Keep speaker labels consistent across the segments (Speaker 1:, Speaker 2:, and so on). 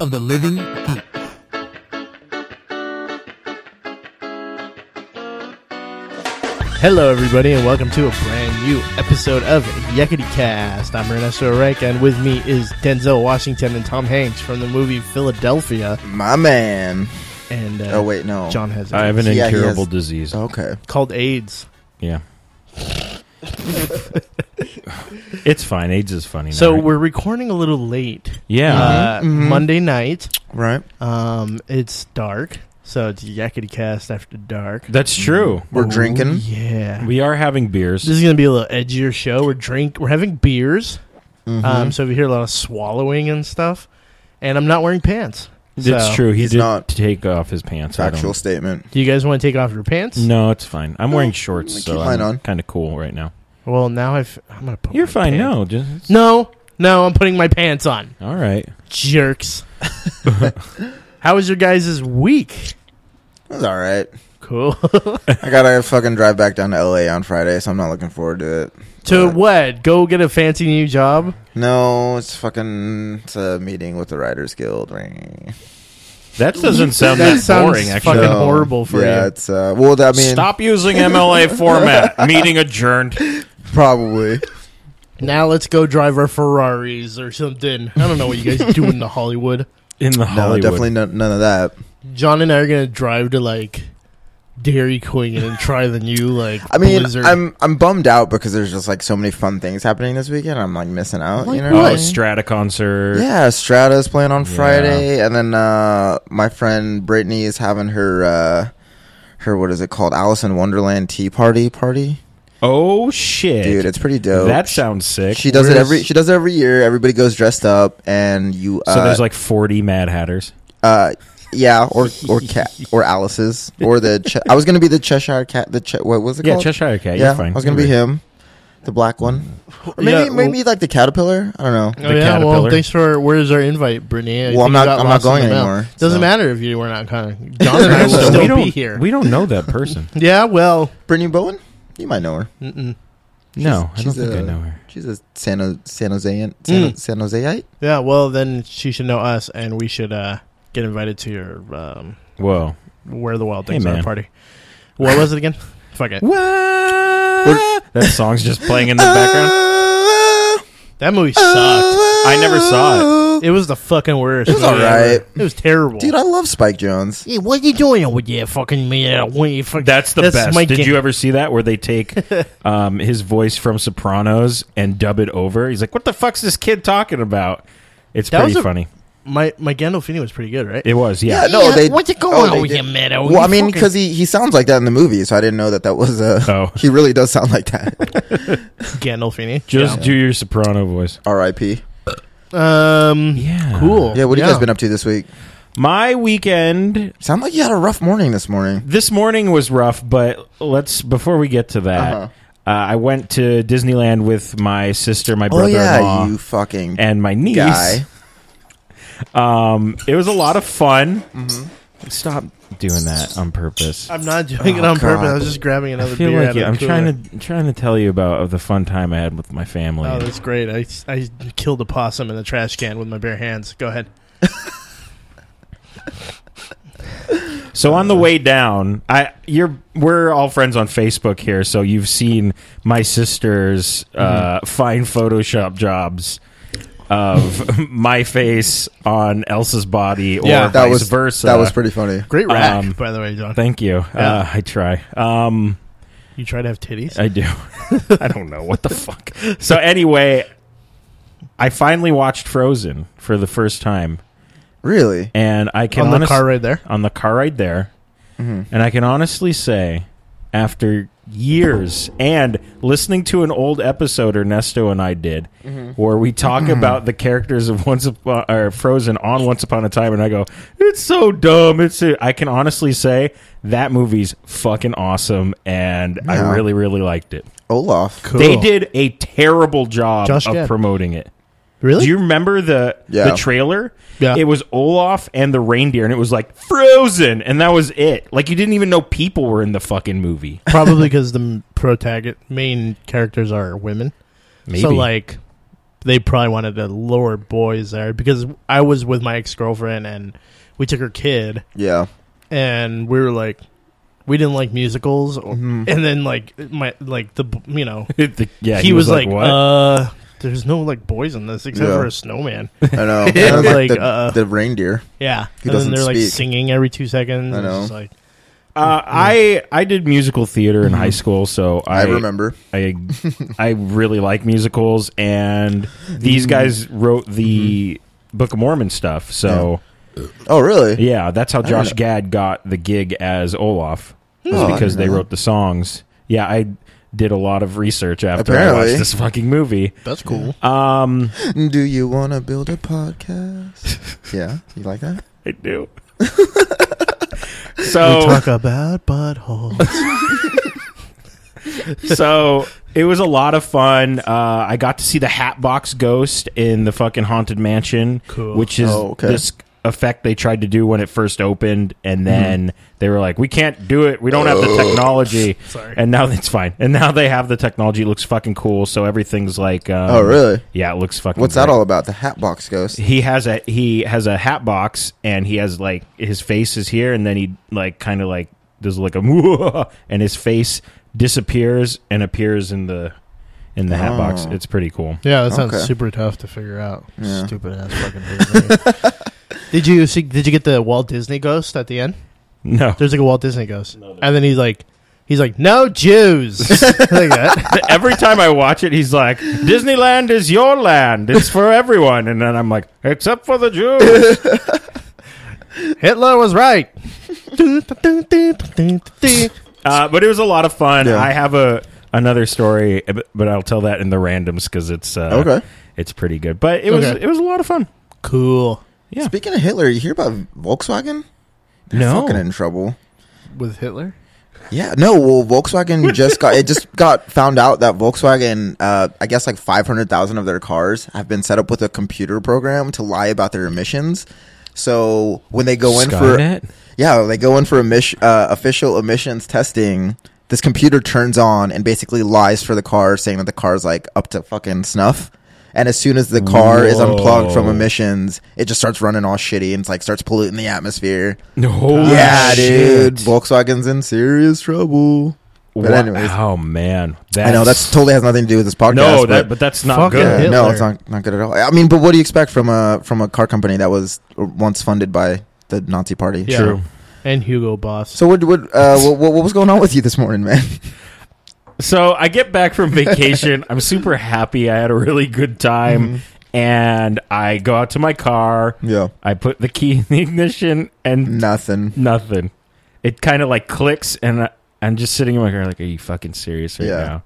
Speaker 1: of the Living Geek.
Speaker 2: Hello, everybody, and welcome to a brand new episode of Yakety Cast. I'm Ernesto Oreca, and with me is Denzel Washington and Tom Hanks from the movie Philadelphia.
Speaker 3: My man.
Speaker 2: And uh,
Speaker 3: Oh, wait, no.
Speaker 2: John has
Speaker 4: I have an
Speaker 3: Yeah, he has- Oh.
Speaker 4: incurable disease.
Speaker 3: Okay.
Speaker 2: called AIDS.
Speaker 4: Yeah. it's fine. AIDS is funny. now,
Speaker 2: So
Speaker 4: right?
Speaker 2: we're recording a little late.
Speaker 4: yeah.
Speaker 2: Uh,
Speaker 3: Mhm, mhm.
Speaker 2: Monday night.
Speaker 3: Right.
Speaker 2: Um, it's dark, so it's Yakety Cast after dark.
Speaker 4: that's true.
Speaker 3: We're
Speaker 2: Oh,
Speaker 3: drinking.
Speaker 2: Yeah.
Speaker 4: We are having beers.
Speaker 2: this is gonna be a little edgier show. We're drink. We're having beers.
Speaker 3: Mhm.
Speaker 2: Um, so if you hear a lot of swallowing and stuff, and I'm not wearing pants.
Speaker 4: That's
Speaker 2: so-
Speaker 4: true. He
Speaker 3: He's
Speaker 4: did
Speaker 3: not-
Speaker 4: take off his pants. I
Speaker 3: Factual
Speaker 4: don't-
Speaker 3: statement.
Speaker 2: Do you guys want to take off your pants?
Speaker 4: No, it's fine. I'm wearing shorts,
Speaker 3: keep
Speaker 4: so
Speaker 3: mine
Speaker 4: I'm
Speaker 3: on.
Speaker 4: kind of cool right now.
Speaker 2: Well, now I've. I'm gonna put.
Speaker 4: You're
Speaker 2: my
Speaker 4: fine.
Speaker 2: pants-
Speaker 4: No, just
Speaker 2: No, no, I'm putting my pants on.
Speaker 4: all right.
Speaker 2: Jerks. How was your guys' week?
Speaker 3: That's all right.
Speaker 2: Cool.
Speaker 3: I gotta fucking drive back down to LA on Friday, so I'm not looking forward to it.
Speaker 2: to
Speaker 3: But-
Speaker 2: what? Go get a fancy new job.
Speaker 3: No, it's fucking it's a meeting with the Writers Guild.
Speaker 4: That doesn't sound
Speaker 2: That
Speaker 4: that,
Speaker 2: sounds
Speaker 4: boring. Actually,
Speaker 2: fucking horrible for
Speaker 3: yeah,
Speaker 2: you.
Speaker 3: It's uh, well, I mean,
Speaker 4: stop using MLA format. Meeting adjourned.
Speaker 3: probably.
Speaker 2: Now let's go drive our Ferraris or something. I don't know what you guys do in the Hollywood.
Speaker 4: In the
Speaker 3: No,
Speaker 4: Hollywood.
Speaker 3: definitely no, none of that.
Speaker 2: John and I are gonna drive to like Dairy Queen and try the new like.
Speaker 3: I mean,
Speaker 2: Blizzard.
Speaker 3: I'm I'm bummed out because there's just like so many fun things happening this weekend. I'm like missing out.
Speaker 2: Like
Speaker 3: you know,
Speaker 4: Oh,
Speaker 2: what?
Speaker 4: Strata concert.
Speaker 3: Yeah, Strata's playing on
Speaker 4: Yeah.
Speaker 3: Friday, and then uh, my friend Brittany is having her uh, her what is it called Alice in Wonderland Tea Party party.
Speaker 4: Oh shit,
Speaker 3: Dude, it's pretty dope.
Speaker 4: that sounds sick.
Speaker 3: she does it
Speaker 4: Where's-
Speaker 3: every she does it every year. Everybody goes dressed up, and you uh,
Speaker 4: So there's like 40 Mad Hatters.
Speaker 3: uh yeah or or cat or Alice's or the che- I was gonna be the Cheshire cat the che- what was it
Speaker 4: Yeah,
Speaker 3: called
Speaker 4: Cheshire Cat.
Speaker 3: yeah
Speaker 4: you're fine.
Speaker 3: I was gonna
Speaker 4: You're
Speaker 3: be
Speaker 4: right.
Speaker 3: him the black one or maybe
Speaker 2: Yeah,
Speaker 3: maybe like the caterpillar I don't know
Speaker 2: Oh,
Speaker 4: the
Speaker 2: yeah, well,
Speaker 4: caterpillar.
Speaker 2: thanks for where's our invite, Brittany? I
Speaker 3: well
Speaker 2: think
Speaker 3: I'm
Speaker 2: you
Speaker 3: not
Speaker 2: got
Speaker 3: I'm
Speaker 2: lost
Speaker 3: not
Speaker 2: in
Speaker 3: going
Speaker 2: the mail.
Speaker 3: anymore
Speaker 2: Doesn't
Speaker 3: so.
Speaker 2: matter if you were not coming. John and I will
Speaker 3: So
Speaker 4: we
Speaker 2: still
Speaker 4: don't,
Speaker 2: be here.
Speaker 4: We don't know that person.
Speaker 2: yeah, well,
Speaker 3: Brittany Bowen you might know her
Speaker 2: mm-mm.
Speaker 4: no, I don't
Speaker 3: she's uh,
Speaker 4: think I
Speaker 3: a-
Speaker 4: know her.
Speaker 3: She's a San Jose, San Josean, San,
Speaker 4: Hmm.
Speaker 2: Mm.
Speaker 3: San Joseite.
Speaker 2: yeah, well, then she should know us, and we should uh, get invited to your um,
Speaker 4: Whoa.
Speaker 2: where the wild
Speaker 4: Hey,
Speaker 2: things are
Speaker 4: man.
Speaker 2: party. What was it again? Fuck it.
Speaker 4: that song's just playing in the background.
Speaker 2: That movie sucked.
Speaker 4: I never saw
Speaker 2: It was the fucking worst. It
Speaker 3: was alright.
Speaker 2: It was terrible.
Speaker 3: Dude, I love Spike Jones.
Speaker 2: Hey, what are you doing over there, fucking man? What you fuck-
Speaker 4: That's the
Speaker 2: That's
Speaker 4: best.
Speaker 2: my
Speaker 4: Did
Speaker 2: game.
Speaker 4: you ever see that where they take um, his voice from Sopranos and dub it over? He's like, "What the fuck's this kid talking about?" It's
Speaker 2: That
Speaker 4: pretty
Speaker 2: was a-
Speaker 4: funny.
Speaker 2: my my Gandolfini was pretty good, right?
Speaker 4: It was, yeah.
Speaker 3: no, they-
Speaker 2: what's it
Speaker 3: oh,
Speaker 2: going
Speaker 3: they
Speaker 2: on with
Speaker 3: did-
Speaker 2: you, man? Oh,
Speaker 3: Well, I
Speaker 2: you
Speaker 3: mean,
Speaker 2: fucking-
Speaker 3: because he, he sounds like that in the movie, so I didn't know that that was a.
Speaker 4: Oh,
Speaker 3: He really does sound like that.
Speaker 2: Gandolfini.
Speaker 4: just
Speaker 2: Yeah.
Speaker 4: do your Soprano voice.
Speaker 3: R.I.P.
Speaker 2: Um,
Speaker 4: Yeah,
Speaker 2: cool.
Speaker 3: Yeah, what have you guys been up to this week?
Speaker 4: My weekend
Speaker 3: Sound like you had a rough morning this morning.
Speaker 4: this morning was rough, but let's before we get to that,
Speaker 3: Uh-huh.
Speaker 4: uh I went to Disneyland with my sister, my
Speaker 3: Oh
Speaker 4: brother-in-law,
Speaker 3: yeah, you fucking
Speaker 4: and my niece.
Speaker 3: guy.
Speaker 4: Um, it was a lot of fun.
Speaker 3: Mm-hmm.
Speaker 4: Stop doing that on purpose.
Speaker 2: I'm not doing it
Speaker 3: Oh,
Speaker 2: on
Speaker 3: God.
Speaker 2: purpose. I was just grabbing another
Speaker 4: I feel
Speaker 2: beer.
Speaker 4: like
Speaker 2: out
Speaker 4: you-
Speaker 2: of
Speaker 4: I'm
Speaker 2: the cooler.
Speaker 4: trying to trying to tell you about the fun time I had with my family.
Speaker 2: Oh, that's great. I, I killed a possum in the trash can with my bare hands. Go ahead.
Speaker 4: So on the way down, I you're we're all friends on Facebook here, so you've seen my sister's uh, fine Photoshop jobs of my face on Elsa's body, or
Speaker 2: Yeah.
Speaker 3: That
Speaker 4: vice
Speaker 3: was
Speaker 4: versa.
Speaker 3: That was pretty funny.
Speaker 2: Great rack,
Speaker 4: Um,
Speaker 2: by the way, John.
Speaker 4: Thank you. Uh,
Speaker 2: Yeah.
Speaker 4: I try. Um,
Speaker 2: You try to have titties?
Speaker 4: I do. I don't know what the fuck. So anyway, I finally watched Frozen for the first time,
Speaker 3: Really?
Speaker 4: and I can
Speaker 2: on the
Speaker 4: honest-
Speaker 2: car right there.
Speaker 4: on the car ride there.
Speaker 3: Mm-hmm.
Speaker 4: And I can honestly say, after years and listening to an old episode Ernesto and I did, where we talk about the characters of Once Upon or Frozen on Once Upon a Time, and I go, "It's so dumb." It's so-" I can honestly say that movie's fucking awesome, and
Speaker 3: Yeah.
Speaker 4: I really really liked it.
Speaker 3: Olaf.
Speaker 2: Cool.
Speaker 4: They did a terrible job
Speaker 2: Josh
Speaker 4: of
Speaker 2: Gad.
Speaker 4: promoting it.
Speaker 2: Really?
Speaker 4: Do you remember the
Speaker 3: Yeah.
Speaker 4: the trailer?
Speaker 2: Yeah.
Speaker 4: It was Olaf and the reindeer, and it was like Frozen, and that was it. Like you didn't even know people were in the fucking movie.
Speaker 2: Probably because the protagonist, main characters are women.
Speaker 4: Maybe.
Speaker 2: So, like, they probably wanted to lure boys there because I was with my ex girlfriend and we took her kid
Speaker 3: Yeah.
Speaker 2: and we were like, we didn't like musicals, or,
Speaker 4: Mm-hmm.
Speaker 3: Mhm.
Speaker 2: and then like my like the b- you know
Speaker 4: The- yeah,
Speaker 2: he, was, like,
Speaker 4: what?
Speaker 2: uh, there's no like boys in this except
Speaker 3: Yeah.
Speaker 2: for a snowman.
Speaker 3: I know. And
Speaker 2: I was
Speaker 3: the-
Speaker 2: like,
Speaker 3: the,
Speaker 2: uh,
Speaker 3: the reindeer.
Speaker 2: Yeah, and
Speaker 3: He
Speaker 2: then
Speaker 3: doesn't
Speaker 2: they're like
Speaker 3: speak.
Speaker 2: singing every two seconds.
Speaker 3: I
Speaker 2: and it's
Speaker 3: know.
Speaker 2: just like,
Speaker 4: Uh, I I did musical theater in
Speaker 2: Mm-hmm.
Speaker 4: high school, so I,
Speaker 3: I, remember.
Speaker 4: I I really like musicals, and these
Speaker 2: Mm-hmm.
Speaker 4: guys wrote the Book of Mormon stuff. So
Speaker 3: Oh, really?
Speaker 4: yeah, that's how
Speaker 3: don't
Speaker 4: Josh
Speaker 3: know.
Speaker 4: Gad got the gig as Olaf, was
Speaker 3: Oh, I
Speaker 4: because they
Speaker 3: didn't know
Speaker 4: wrote the songs. Yeah, I did a lot of research after I
Speaker 3: Apparently.
Speaker 4: watched this fucking movie.
Speaker 2: that's cool.
Speaker 4: Um,
Speaker 3: Do you want to build a podcast? yeah. You like that?
Speaker 4: I do. so
Speaker 2: We talk about buttholes.
Speaker 4: so it was a lot of fun. Uh, I got to see the Hatbox Ghost in the fucking haunted mansion,
Speaker 2: Cool.
Speaker 4: which is
Speaker 3: Oh, okay. Mm-hmm.
Speaker 4: this effect they tried to do when it first opened, and then they were like, "We can't do it. We don't have the technology."
Speaker 2: Sorry.
Speaker 4: And now it's fine. And now they have the technology. It looks fucking cool. So everything's like, um,
Speaker 3: oh, really?
Speaker 4: Yeah, it looks fucking.
Speaker 3: What's that
Speaker 4: great.
Speaker 3: all about? The Hatbox Ghost.
Speaker 4: He has a he has a hat box, and he has like his face is here, and then he like kind of like does like a and his face disappears and appears in the in the hat box.
Speaker 3: Oh.
Speaker 4: It's pretty cool.
Speaker 2: Yeah, that sounds
Speaker 3: Okay.
Speaker 2: super tough to figure out.
Speaker 3: Yeah.
Speaker 2: Stupid ass fucking Disney. did you see, did you get the Walt Disney ghost at the end?
Speaker 4: No,
Speaker 2: There's like a Walt Disney ghost,
Speaker 4: No, there-
Speaker 2: and then he's like, he's like, no Jews. like that.
Speaker 4: every time I watch it, he's like, "Disneyland is your land. It's for everyone," and then I'm like, "Except for the Jews."
Speaker 2: Hitler was right. That's
Speaker 4: Uh, but it was a lot of fun.
Speaker 3: Yeah.
Speaker 4: I have a another story, but- but I'll tell that in the randoms because it's uh,
Speaker 3: Okay.
Speaker 4: It's pretty good, but it was
Speaker 2: Okay.
Speaker 4: it was a lot of fun.
Speaker 2: cool
Speaker 4: Yeah.
Speaker 3: Speaking of Hitler, you hear about Volkswagen? They're
Speaker 4: No.
Speaker 3: fucking in trouble.
Speaker 2: with Hitler.
Speaker 3: Yeah, no. Well, Volkswagen just got it. Just got found out that Volkswagen, uh, I guess, like five hundred thousand of their cars have been set up with a computer program to lie about their emissions. So when they go in
Speaker 4: Skynet?
Speaker 3: for yeah, when they go in for emission, uh, official emissions testing. This computer turns on and basically lies for the car, saying that the car's like up to fucking snuff. And as soon as the car is unplugged from
Speaker 4: Whoa.
Speaker 3: emissions, it just starts running all shitty and it's like starts polluting the atmosphere.
Speaker 4: No,
Speaker 3: yeah,
Speaker 4: Ah, shit.
Speaker 3: dude, Volkswagen's in serious trouble. But
Speaker 4: Wha-
Speaker 3: anyways.
Speaker 4: oh man,
Speaker 3: I know that's totally has nothing to do with this podcast.
Speaker 4: no, that
Speaker 3: but,
Speaker 4: but that's not
Speaker 2: Fuck
Speaker 4: good.
Speaker 3: yeah,
Speaker 2: Hitler.
Speaker 3: no, it's not not good at all. I mean, but what do you expect from a from a car company that was uh, once funded by the Nazi Party?
Speaker 2: Yeah.
Speaker 4: True.
Speaker 2: And Hugo Boss.
Speaker 3: So what what, uh, what what what was going on with you this morning, man?
Speaker 4: So I get back from vacation. I'm super happy. I had a really good time,
Speaker 3: Mm-hmm.
Speaker 4: and I go out to my car.
Speaker 3: Yeah,
Speaker 4: I put the key in the ignition, and
Speaker 3: nothing.
Speaker 4: nothing. It kind of like clicks, and I, I'm just sitting in my car, like, are you fucking serious right
Speaker 3: Yeah.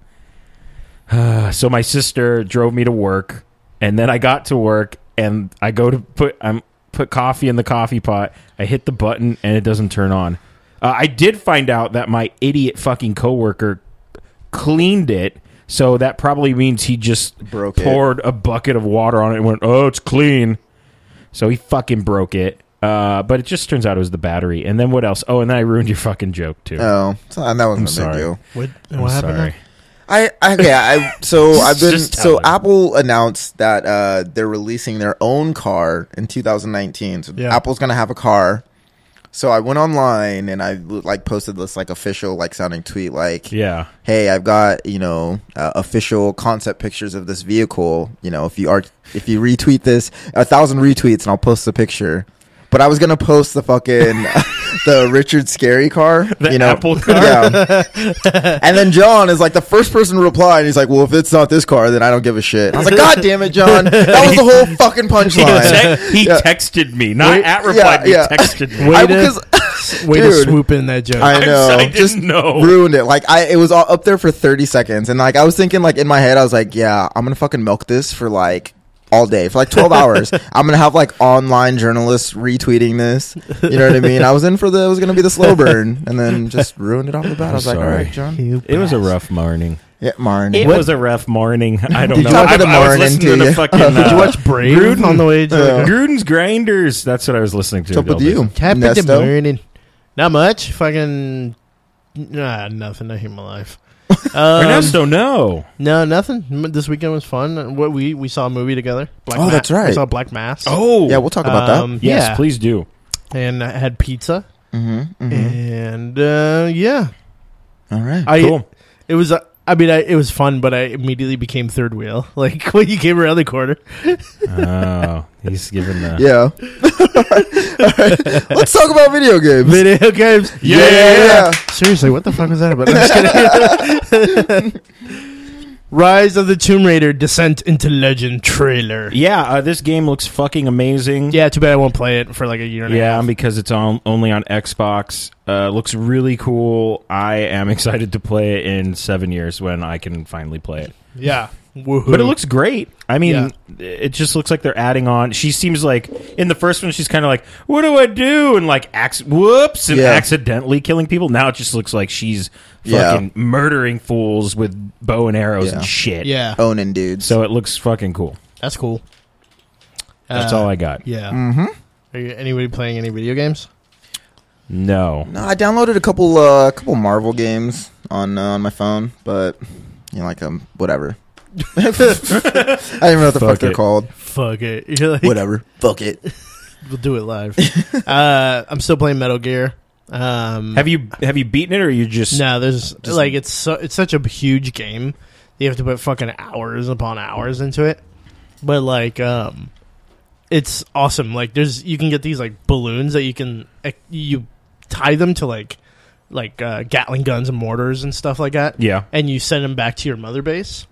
Speaker 4: now? so my sister drove me to work, and then I got to work, and I go to put I'm put coffee in the coffee pot. I hit the button, and it doesn't turn on. Uh, I did find out that my idiot fucking coworker cleaned it. So that probably means he just
Speaker 3: Broke it.
Speaker 4: poured a bucket of water on it and went, "Oh, it's clean." So he fucking broke it. Uh, but it just turns out it was the battery. And then what else? Oh, and then I ruined your fucking joke too.
Speaker 3: Oh, so- and that wasn't a
Speaker 4: sorry.
Speaker 3: big deal.
Speaker 2: what
Speaker 4: I'm
Speaker 2: what happened?
Speaker 4: sorry.
Speaker 2: there?
Speaker 3: I, I okay. I so I've been
Speaker 4: Just
Speaker 3: so
Speaker 4: tell her.
Speaker 3: Apple announced that uh, they're releasing their own car in 2019. So
Speaker 2: Yeah.
Speaker 3: Apple's gonna have a car. So I went online and I like posted this like official like sounding tweet like
Speaker 4: Yeah.
Speaker 3: hey i've got you know uh, official concept pictures of this vehicle you know if you are if you retweet this a thousand retweets and i'll post the picture but i was gonna post the fucking the richard scary car
Speaker 4: The
Speaker 3: you know
Speaker 4: Apple car?
Speaker 3: yeah and then john is like the first person to reply and he's like well if it's not this car then i don't give a shit i was like god damn it john that was the whole fucking
Speaker 4: He,
Speaker 3: punchline
Speaker 4: te- he
Speaker 3: Yeah.
Speaker 4: texted me, not
Speaker 3: Wait,
Speaker 4: at
Speaker 3: yeah,
Speaker 4: replied. He
Speaker 3: yeah.
Speaker 4: texted me.
Speaker 2: Wait
Speaker 3: I-
Speaker 2: a-
Speaker 3: because
Speaker 2: Way to
Speaker 3: dude.
Speaker 2: swoop in that joke.
Speaker 3: I
Speaker 4: I'm
Speaker 3: know.
Speaker 4: sorry, I didn't
Speaker 3: just
Speaker 4: know.
Speaker 3: ruined it. Like I, it was all up there for thirty seconds, and like I was thinking, like in my head, I was like, yeah, I'm gonna fucking milk this for like all day for like 12 hours i'm gonna have like online journalists retweeting this you know what i mean i was in for the it was gonna be the slow burn and then just ruined it off the bat i was like all
Speaker 4: sorry.
Speaker 3: right john
Speaker 2: You
Speaker 4: It was a
Speaker 2: bastard.
Speaker 4: rough morning.
Speaker 3: yeah marn
Speaker 4: It was a rough morning. I don't
Speaker 3: Did
Speaker 4: know.
Speaker 3: you watch
Speaker 4: I,
Speaker 3: the
Speaker 4: I was
Speaker 3: morning
Speaker 4: listening
Speaker 3: to
Speaker 4: to
Speaker 3: you?
Speaker 4: fucking.
Speaker 2: Did you
Speaker 4: uh,
Speaker 2: watch Brave
Speaker 4: Gruden?
Speaker 2: on the way to
Speaker 3: Yeah.
Speaker 4: Gruden's Grinders? That's what I was listening to.
Speaker 3: what's up with
Speaker 4: Dildo.
Speaker 3: you
Speaker 2: Happened
Speaker 3: Nesto?
Speaker 2: morning. Not much. Fucking nah, nothing. I hate my life. Um,
Speaker 4: Ernesto, no.
Speaker 2: No, nothing. M- This weekend was fun. What we we saw a movie together. Black
Speaker 3: Oh,
Speaker 2: Ma-
Speaker 3: that's right.
Speaker 2: We saw Black Mass.
Speaker 4: Oh,
Speaker 3: Yeah, we'll talk about that.
Speaker 2: Um,
Speaker 4: yes,
Speaker 2: yeah.
Speaker 4: please do.
Speaker 2: And I had pizza.
Speaker 3: Mm-hmm, mm-hmm.
Speaker 2: And uh, yeah,
Speaker 3: All right.
Speaker 2: eh. I
Speaker 4: Cool.
Speaker 2: it was. Uh, I mean, I, it was fun, but I immediately became third wheel. Like when you came around the corner,
Speaker 4: oh, he's giving the
Speaker 3: yeah. All right. Let's talk about video games.
Speaker 2: video games.
Speaker 4: Yeah, yeah, yeah.
Speaker 2: Seriously, what the fuck was that about? I'm just kidding. Rise of the Tomb Raider: Descent into Legend trailer.
Speaker 4: Yeah, uh, this game looks fucking amazing.
Speaker 2: Yeah, too bad I won't play it for like a year and a
Speaker 4: Yeah,
Speaker 2: half.
Speaker 4: because it's on only on Xbox. Uh, looks really cool. I am excited to play it in seven years when I can finally play it.
Speaker 2: Yeah, Woohoo.
Speaker 4: But it looks great. I mean,
Speaker 2: Yeah.
Speaker 4: it just looks like they're adding on. She seems like in the first one, she's kind of like, "What do I do?" and like, acc- "Whoops!" and
Speaker 3: Yeah.
Speaker 4: accidentally killing people. Now it just looks like she's
Speaker 3: Yeah.
Speaker 4: fucking murdering fools with bow and arrows and
Speaker 3: Yeah.
Speaker 4: shit.
Speaker 2: yeah,
Speaker 3: Owning dudes.
Speaker 4: So it looks fucking cool.
Speaker 2: that's cool.
Speaker 4: That's all I got.
Speaker 2: Uh, Yeah.
Speaker 3: mm-hmm.
Speaker 2: Are you, anybody playing any video games?
Speaker 4: No.
Speaker 3: No, I downloaded a couple uh, couple Marvel games on uh, on my phone, but you know, like um, whatever. I don't even know what the fuck,
Speaker 4: Fuck
Speaker 3: they're
Speaker 4: it.
Speaker 3: called.
Speaker 2: Fuck it. You're like,
Speaker 3: Whatever. Fuck it.
Speaker 2: We'll do it live. uh, I'm still playing Metal Gear. Um,
Speaker 4: Have you have you beaten it or you just
Speaker 2: no, there's like it's so, it's such a huge game. You have to put fucking hours upon hours into it. But like, um, it's awesome. Like, there's you can get these like balloons that you can like, you tie them to like like uh, Gatling guns and mortars and stuff like that.
Speaker 4: Yeah.
Speaker 2: and you send them back to your mother base,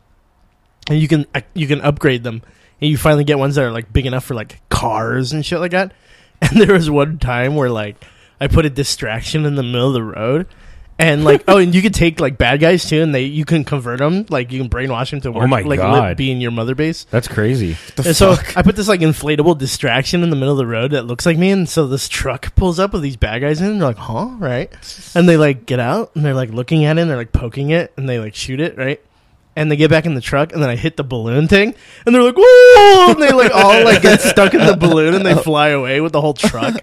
Speaker 2: and you can uh, you can upgrade them, and you finally get ones that are like big enough for like cars and shit like that. And there was one time where like I put a distraction in the middle of the road, and like oh, and you could take like bad guys too, and they you can convert them, like you can brainwash them to work,
Speaker 4: Oh my
Speaker 2: like
Speaker 4: God.
Speaker 2: be in your mother base.
Speaker 4: That's crazy.
Speaker 2: and so I put this like inflatable distraction in the middle of the road that looks like me, and so this truck pulls up with these bad guys in, and they're like, huh, right? And they like get out, and they're like looking at it, and they're like poking it, and they like shoot it, right? And they get back in the truck, and then I hit the balloon thing, and they're like, whoa! And they like all like get stuck in the balloon, and they fly away with the whole truck.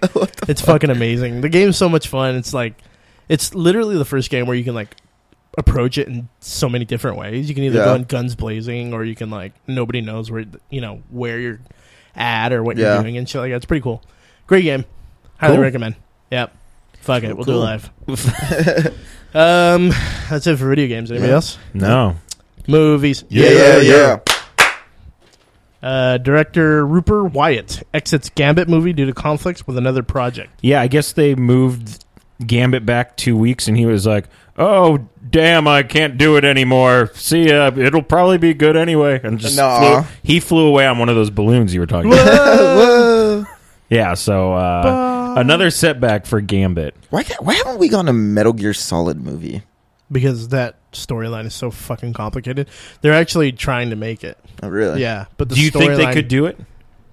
Speaker 2: it's fucking amazing. The game's so much fun. It's like, it's literally the first game where you can like approach it in so many different ways. You can either go
Speaker 3: Yeah.
Speaker 2: in guns blazing, or you can like nobody knows where you know where you're at or what
Speaker 3: Yeah.
Speaker 2: you're doing and shit like that. It's pretty cool. Great game. Highly
Speaker 4: Cool.
Speaker 2: recommend. Yep. Fuck it.
Speaker 3: Cool,
Speaker 2: We'll
Speaker 3: cool.
Speaker 2: do it live. um, that's it for video games. Anybody
Speaker 3: Yeah.
Speaker 2: else?
Speaker 4: No.
Speaker 2: Movies.
Speaker 4: Yeah, yeah, yeah.
Speaker 2: Uh, director Rupert Wyatt exits Gambit movie due to conflicts with another project.
Speaker 4: Yeah, I guess they moved Gambit back two weeks, and he was like, "Oh, damn, I can't do it anymore. See ya. It'll probably be good anyway." And just
Speaker 3: Nah.
Speaker 4: flew, he flew away on one of those balloons you were talking about.
Speaker 3: Uh,
Speaker 2: Whoa.
Speaker 4: yeah, so uh, another setback for Gambit.
Speaker 3: Why can't, why haven't we gotten a Metal Gear Solid movie?
Speaker 2: because that storyline is so fucking complicated. They're actually trying to make it.
Speaker 3: Oh, really?
Speaker 2: Yeah, but the
Speaker 4: Uh, Do you think they
Speaker 2: storyline-
Speaker 4: could do it?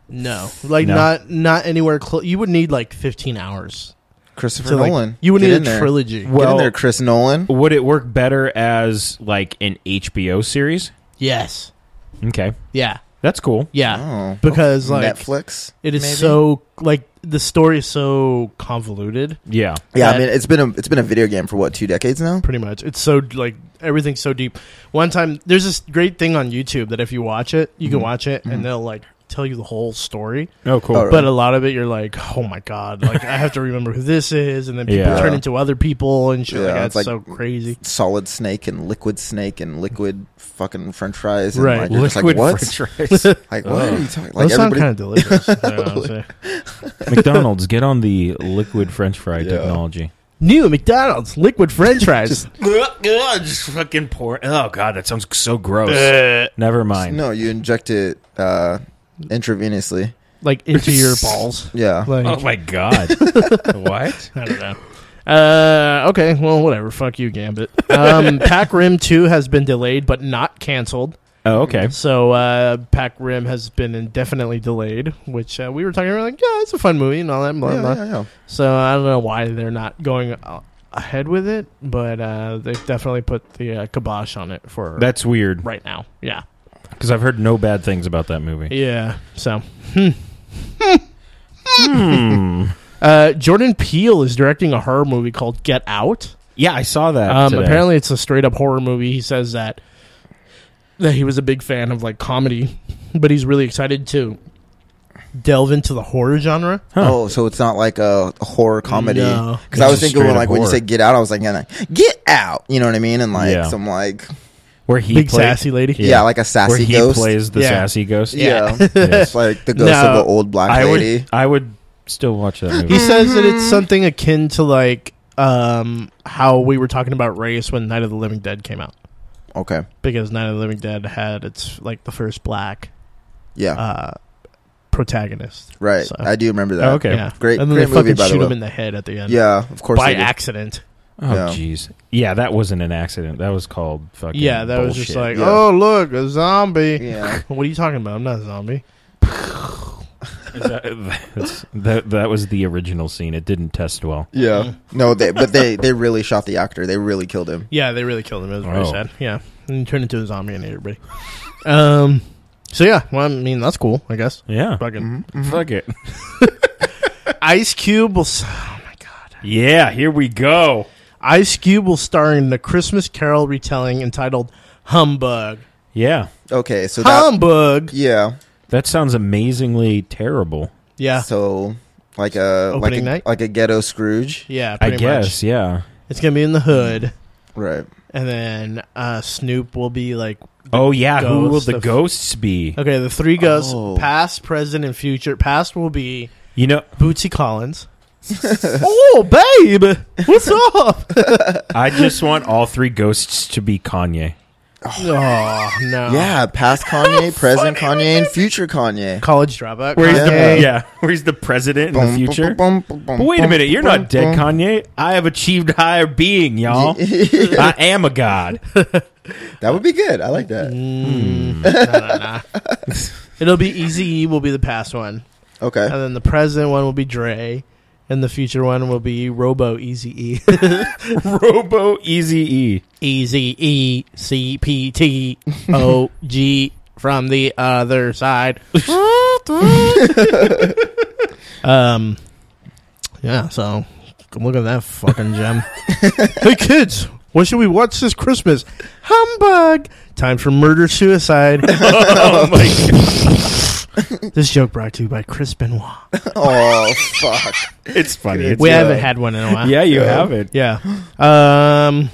Speaker 2: No, like
Speaker 4: No.
Speaker 2: not not anywhere close. You would need like fifteen hours
Speaker 3: Christopher
Speaker 2: to like.
Speaker 3: Nolan.
Speaker 2: You would
Speaker 3: Get
Speaker 2: need
Speaker 3: in
Speaker 2: a
Speaker 3: there.
Speaker 2: trilogy.
Speaker 3: Get in
Speaker 4: Well-
Speaker 3: there, Chris Nolan.
Speaker 4: Would it work better as like an HBO series?
Speaker 2: Yes.
Speaker 4: Okay,
Speaker 2: Yeah.
Speaker 4: that's cool.
Speaker 2: Yeah.
Speaker 3: Oh.
Speaker 2: Because like
Speaker 3: Netflix.
Speaker 2: it is
Speaker 3: maybe?
Speaker 2: so like the story is so convoluted.
Speaker 4: Yeah,
Speaker 3: Yeah, I
Speaker 2: that-
Speaker 3: mean, it's been a it's been a video game for what two decades now.
Speaker 2: Pretty much, it's so like everything's so deep. One time, there's this great thing on YouTube that if you watch it, you
Speaker 3: Mm-hmm.
Speaker 2: can watch it, and they'll like tell you the whole story.
Speaker 4: oh, cool.
Speaker 3: All right.
Speaker 2: But a lot of it, you're like, oh my god, like I have to remember who this is, and then people
Speaker 4: Yeah.
Speaker 2: turn into other people and shit.
Speaker 3: Yeah,
Speaker 2: like that.
Speaker 3: it's
Speaker 2: It's
Speaker 3: like-
Speaker 2: so crazy.
Speaker 3: Solid Snake and Liquid Snake and Liquid fucking French fries. And
Speaker 2: Right.
Speaker 3: Like, you're just like what?
Speaker 4: French fries.
Speaker 3: Like what
Speaker 4: Ugh.
Speaker 3: are you talking? Like
Speaker 2: Those sound
Speaker 3: everybody.
Speaker 2: kind of delicious. I don't know what I'm saying.
Speaker 4: McDonald's, get on the liquid French fry
Speaker 3: Yeah.
Speaker 4: technology.
Speaker 2: New McDonald's liquid French fries.
Speaker 3: Just-
Speaker 4: just fucking pour. Oh god, that sounds so gross.
Speaker 2: Uh,
Speaker 4: Never mind.
Speaker 3: No, you inject it uh, intravenously.
Speaker 2: like into your balls.
Speaker 3: Yeah.
Speaker 2: Like,
Speaker 4: Oh my god. what?
Speaker 2: I don't know. Uh, okay, well, whatever. Fuck you, Gambit. Um, Pac Rim 2 has been delayed but not canceled.
Speaker 4: Oh okay.
Speaker 2: So, uh, Pac Rim has been indefinitely delayed, which uh, we were talking about, like, yeah, it's a fun movie and all that, blah,
Speaker 3: Yeah,
Speaker 2: blah.
Speaker 3: yeah, yeah.
Speaker 2: So, I don't know why they're not going a- ahead with it, but uh, they've definitely put the uh, kibosh on it for
Speaker 4: That's weird
Speaker 2: right now. Yeah.
Speaker 4: because I've heard no bad things about that movie.
Speaker 2: Yeah. So, hmm.
Speaker 4: Hmm.
Speaker 2: Uh, Jordan Peele is directing a horror movie called Get Out.
Speaker 4: Yeah, I saw that.
Speaker 2: Um,
Speaker 4: today.
Speaker 2: apparently, it's a straight up horror movie. He says that that he was a big fan of like comedy, but he's really excited to delve into the horror genre.
Speaker 4: Huh.
Speaker 3: Oh, so it's not like a horror comedy.
Speaker 2: No.
Speaker 3: Because I
Speaker 4: It's
Speaker 3: was
Speaker 4: just
Speaker 3: thinking when,
Speaker 4: straight up
Speaker 3: like when you say
Speaker 4: horror.
Speaker 3: "get out," I was like, yeah, like, "Get out," you know what I mean? And like
Speaker 4: Yeah.
Speaker 3: some like
Speaker 4: where he
Speaker 2: big
Speaker 4: played-
Speaker 2: sassy lady.
Speaker 3: yeah, like a
Speaker 4: where
Speaker 3: sassy
Speaker 4: he
Speaker 3: ghost.
Speaker 4: plays the
Speaker 2: Yeah.
Speaker 4: sassy ghost.
Speaker 3: yeah,
Speaker 4: Yes.
Speaker 3: it's like the ghost
Speaker 2: No.
Speaker 3: of the old black
Speaker 4: I
Speaker 3: lady.
Speaker 4: would. I would still watch that
Speaker 2: He
Speaker 4: movie.
Speaker 2: says that it's something akin to like um, how we were talking about race when Night of the Living Dead came out,
Speaker 3: okay,
Speaker 2: because Night of the Living Dead had its like the first black
Speaker 3: yeah,
Speaker 2: uh, protagonist.
Speaker 3: right.
Speaker 2: so-
Speaker 3: I do remember that.
Speaker 4: Oh, okay.
Speaker 2: Yeah,
Speaker 3: Great-
Speaker 2: And then
Speaker 3: great
Speaker 2: they fucking
Speaker 3: movie, by the
Speaker 2: shoot
Speaker 3: way.
Speaker 2: him in the head at the end.
Speaker 3: Yeah, of course.
Speaker 2: by
Speaker 3: they do.
Speaker 2: accident.
Speaker 4: Oh
Speaker 3: Yeah.
Speaker 4: jeez. Yeah, that wasn't an accident. That was called fucking.
Speaker 2: Yeah, that was just like,
Speaker 4: bullshit.
Speaker 3: Yeah.
Speaker 2: oh look, a zombie.
Speaker 3: Yeah.
Speaker 2: What are you talking about? I'm not a zombie.
Speaker 4: Is that, that's- that, that was the original scene. It didn't test well.
Speaker 3: Yeah. No, they but they they really shot the actor. They really killed him.
Speaker 2: Yeah, they really killed him. It was very
Speaker 4: Oh.
Speaker 2: sad. Yeah, and he turned into a zombie and ate everybody. um. So yeah, well, I mean that's cool. I guess.
Speaker 4: Yeah.
Speaker 2: Fucking
Speaker 4: Fuck it.
Speaker 2: Ice Cube will. s- Oh my god.
Speaker 4: Yeah. Here we go.
Speaker 2: Ice Cube will star in the Christmas Carol retelling entitled "Humbug."
Speaker 4: Yeah.
Speaker 3: Okay, so that
Speaker 2: Humbug.
Speaker 3: yeah.
Speaker 4: That sounds amazingly terrible.
Speaker 2: Yeah.
Speaker 3: So like a like a
Speaker 2: Opening night?
Speaker 3: like a ghetto Scrooge.
Speaker 2: Yeah.
Speaker 4: I
Speaker 2: Pretty
Speaker 4: guess. Yeah.
Speaker 2: Much. It's gonna be in the hood,
Speaker 3: Right.
Speaker 2: and then uh, Snoop will be like,
Speaker 4: Oh yeah. Who will
Speaker 2: ghost
Speaker 4: the
Speaker 2: of-
Speaker 4: ghosts be?
Speaker 2: okay, the three ghosts,
Speaker 3: Oh.
Speaker 2: past, present, and future. Past will be
Speaker 4: You know,
Speaker 2: Bootsy Collins. oh, babe, what's up?
Speaker 4: I just want all three ghosts to be Kanye.
Speaker 2: oh no.
Speaker 3: Yeah, past Kanye, present Kanye, and future Kanye.
Speaker 2: College dropout.
Speaker 4: Where he's
Speaker 3: Yeah.
Speaker 4: the yeah, where he's the president in the future. But wait a minute, you're not dead, Kanye. I have achieved higher being, y'all. I am a god.
Speaker 3: That would be good. I like that.
Speaker 2: Mm, nah, nah, nah. It'll be Easy E will be the past one, and
Speaker 3: Okay.
Speaker 2: then the present one will be Dre, and the future one will be Robo Easy E.
Speaker 4: Robo Easy E.
Speaker 2: Easy E C P T O G from the other side. um, yeah. So look at that fucking gem. hey kids, what should we watch this Christmas? Humbug. Time for murder suicide.
Speaker 4: Oh my god.
Speaker 2: this joke brought to you by Chris Benoit.
Speaker 3: Oh fuck.
Speaker 4: It's funny. It's
Speaker 2: we
Speaker 3: yeah.
Speaker 2: haven't had one in a while.
Speaker 4: yeah, you have it.
Speaker 2: Yeah. Um,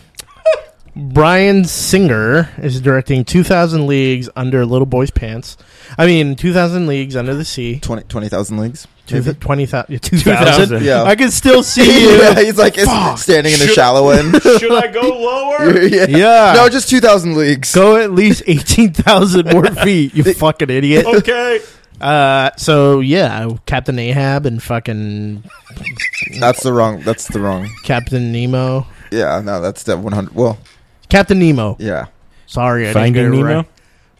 Speaker 2: Brian Singer is directing 2,000 Leagues Under Little Boy's Pants. I mean, 2,000 Leagues Under the Sea.
Speaker 3: 20 20,000 leagues.
Speaker 2: Two-
Speaker 3: maybe?
Speaker 2: 20,000. 2,000.
Speaker 3: Yeah.
Speaker 2: I can still see you.
Speaker 3: yeah, he's like it's
Speaker 2: Fuck.
Speaker 3: standing in the
Speaker 4: Should-
Speaker 3: shallow end.
Speaker 4: Should I go lower?
Speaker 3: yeah.
Speaker 2: Yeah.
Speaker 3: No, just 2,000 leagues.
Speaker 2: Go at least 18,000 more feet, you fucking idiot.
Speaker 4: Okay.
Speaker 2: Uh, so, yeah, Captain Ahab and fucking
Speaker 3: That's the wrong. That's the wrong.
Speaker 2: Captain Nemo.
Speaker 3: Yeah, no, that's the 100. Well,
Speaker 2: Captain Nemo.
Speaker 3: yeah.
Speaker 2: Sorry, I
Speaker 4: Finding
Speaker 2: didn't get it
Speaker 4: Nemo.
Speaker 2: right.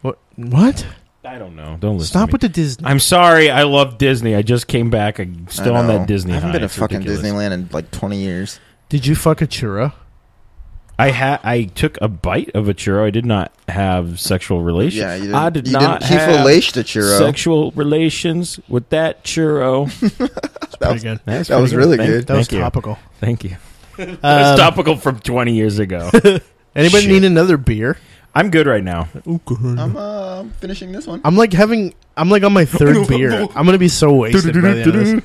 Speaker 2: What? what?
Speaker 4: I don't know. Don't listen.
Speaker 2: Stop
Speaker 4: to me.
Speaker 2: with the Disney.
Speaker 4: I'm sorry. I love Disney. I just came back. I'm still
Speaker 3: I
Speaker 4: on
Speaker 3: know.
Speaker 4: that Disney.
Speaker 3: I haven't
Speaker 4: high.
Speaker 3: been to
Speaker 4: It's
Speaker 3: fucking
Speaker 4: ridiculous.
Speaker 3: Disneyland in like 20 years.
Speaker 2: Did you fuck a churro?
Speaker 4: I had. I took a bite of a churro. I did not have sexual relations.
Speaker 3: Yeah, you didn't.
Speaker 4: I did
Speaker 3: you
Speaker 4: not
Speaker 3: Didn't, he
Speaker 4: have
Speaker 3: filleted a churro.
Speaker 4: sexual relations with that churro.
Speaker 3: That
Speaker 2: Pretty
Speaker 3: was-
Speaker 2: good.
Speaker 4: That's
Speaker 3: That was
Speaker 4: pretty
Speaker 3: really
Speaker 4: Thank-
Speaker 3: good.
Speaker 2: That was
Speaker 4: thank you.
Speaker 2: topical.
Speaker 4: Thank you.
Speaker 2: Um,
Speaker 4: That's topical from 20 years ago.
Speaker 2: Anybody
Speaker 4: Shit.
Speaker 2: need another beer?
Speaker 4: I'm good right now.
Speaker 3: I'm uh, finishing this one.
Speaker 2: I'm like having. I'm like on my third beer. I'm gonna be so wasted by the end of this.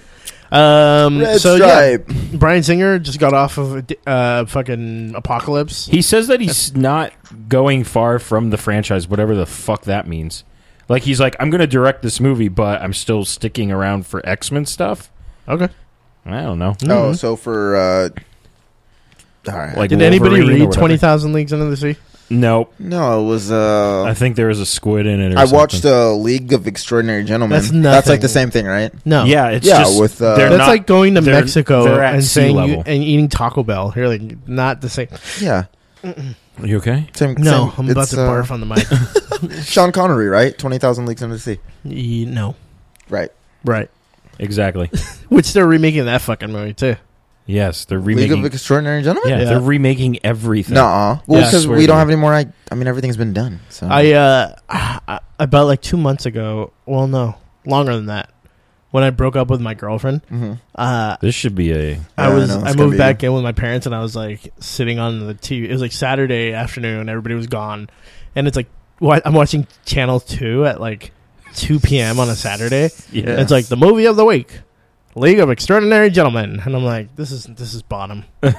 Speaker 2: Um,
Speaker 3: Red
Speaker 2: so yeah,
Speaker 3: stripe.
Speaker 4: Mm-hmm.
Speaker 2: Brian Singer just got off of a di- uh, fucking Apocalypse.
Speaker 4: He says that he's not going far from the franchise, whatever the fuck that means. Like he's like, I'm going to direct this movie, but I'm still sticking around for X Men stuff.
Speaker 2: Okay.
Speaker 4: I don't know.
Speaker 3: Oh,
Speaker 2: Mhm.
Speaker 3: so for uh, all right.
Speaker 4: Like,
Speaker 2: Did anybody
Speaker 4: Wolverine or
Speaker 2: read
Speaker 4: whatever.
Speaker 2: Twenty Thousand Leagues Under the Sea?
Speaker 4: Nope.
Speaker 3: no, it was
Speaker 4: I
Speaker 3: uh.
Speaker 4: think there was a squid in it. Or
Speaker 3: I watched
Speaker 4: something.
Speaker 3: uh, League of Extraordinary Gentlemen.
Speaker 2: That's
Speaker 3: That's like
Speaker 2: nothing.
Speaker 3: the same thing, right?
Speaker 2: No.
Speaker 4: Yeah, it's
Speaker 3: Yeah,
Speaker 4: just
Speaker 3: with, uh,
Speaker 4: they're
Speaker 2: Oh. That's
Speaker 4: not-
Speaker 2: like going to
Speaker 4: they're-
Speaker 2: Mexico
Speaker 4: they're at
Speaker 2: and
Speaker 4: sea
Speaker 2: saying you,
Speaker 4: level.
Speaker 2: and eating Taco Bell. You're like not the same.
Speaker 3: Yeah.
Speaker 4: you okay?
Speaker 3: Same,
Speaker 2: No,
Speaker 3: same-
Speaker 2: I'm about
Speaker 3: it's,
Speaker 2: to
Speaker 3: uh,
Speaker 2: barf on the mic.
Speaker 3: Sean Connery, right? Twenty thousand leagues under the sea.
Speaker 2: Ye- no.
Speaker 3: Right.
Speaker 2: Right.
Speaker 4: Exactly.
Speaker 2: Which they're remaking that fucking movie too.
Speaker 4: yes, they're
Speaker 3: League
Speaker 4: remaking.
Speaker 3: of Extraordinary Gentlemen.
Speaker 4: yeah,
Speaker 2: Yeah.
Speaker 4: they're remaking everything.
Speaker 3: Nuh-uh. Well,
Speaker 4: Yeah, I
Speaker 3: because
Speaker 4: swear
Speaker 3: we
Speaker 4: to
Speaker 3: don't
Speaker 4: you.
Speaker 3: have any more. I, I mean, everything's been done. So Uh-huh.
Speaker 2: I uh I- about like two months ago. Well, no, longer than that. when I broke up with my girlfriend,
Speaker 3: hmm
Speaker 2: uh,
Speaker 4: This should be a
Speaker 2: I
Speaker 3: Yeah, I
Speaker 2: was
Speaker 3: know, it's
Speaker 2: I,
Speaker 3: gonna
Speaker 2: moved
Speaker 3: be-
Speaker 2: back in with my parents and I was like sitting on the TV. It was like Saturday afternoon. Everybody was gone, and it's like wa- I'm watching Channel Two at like 2 p.m. on a Saturday.
Speaker 4: yeah.
Speaker 2: It's like the movie of the week, League of Extraordinary Gentlemen, and I'm like, this is this is bottom.
Speaker 3: this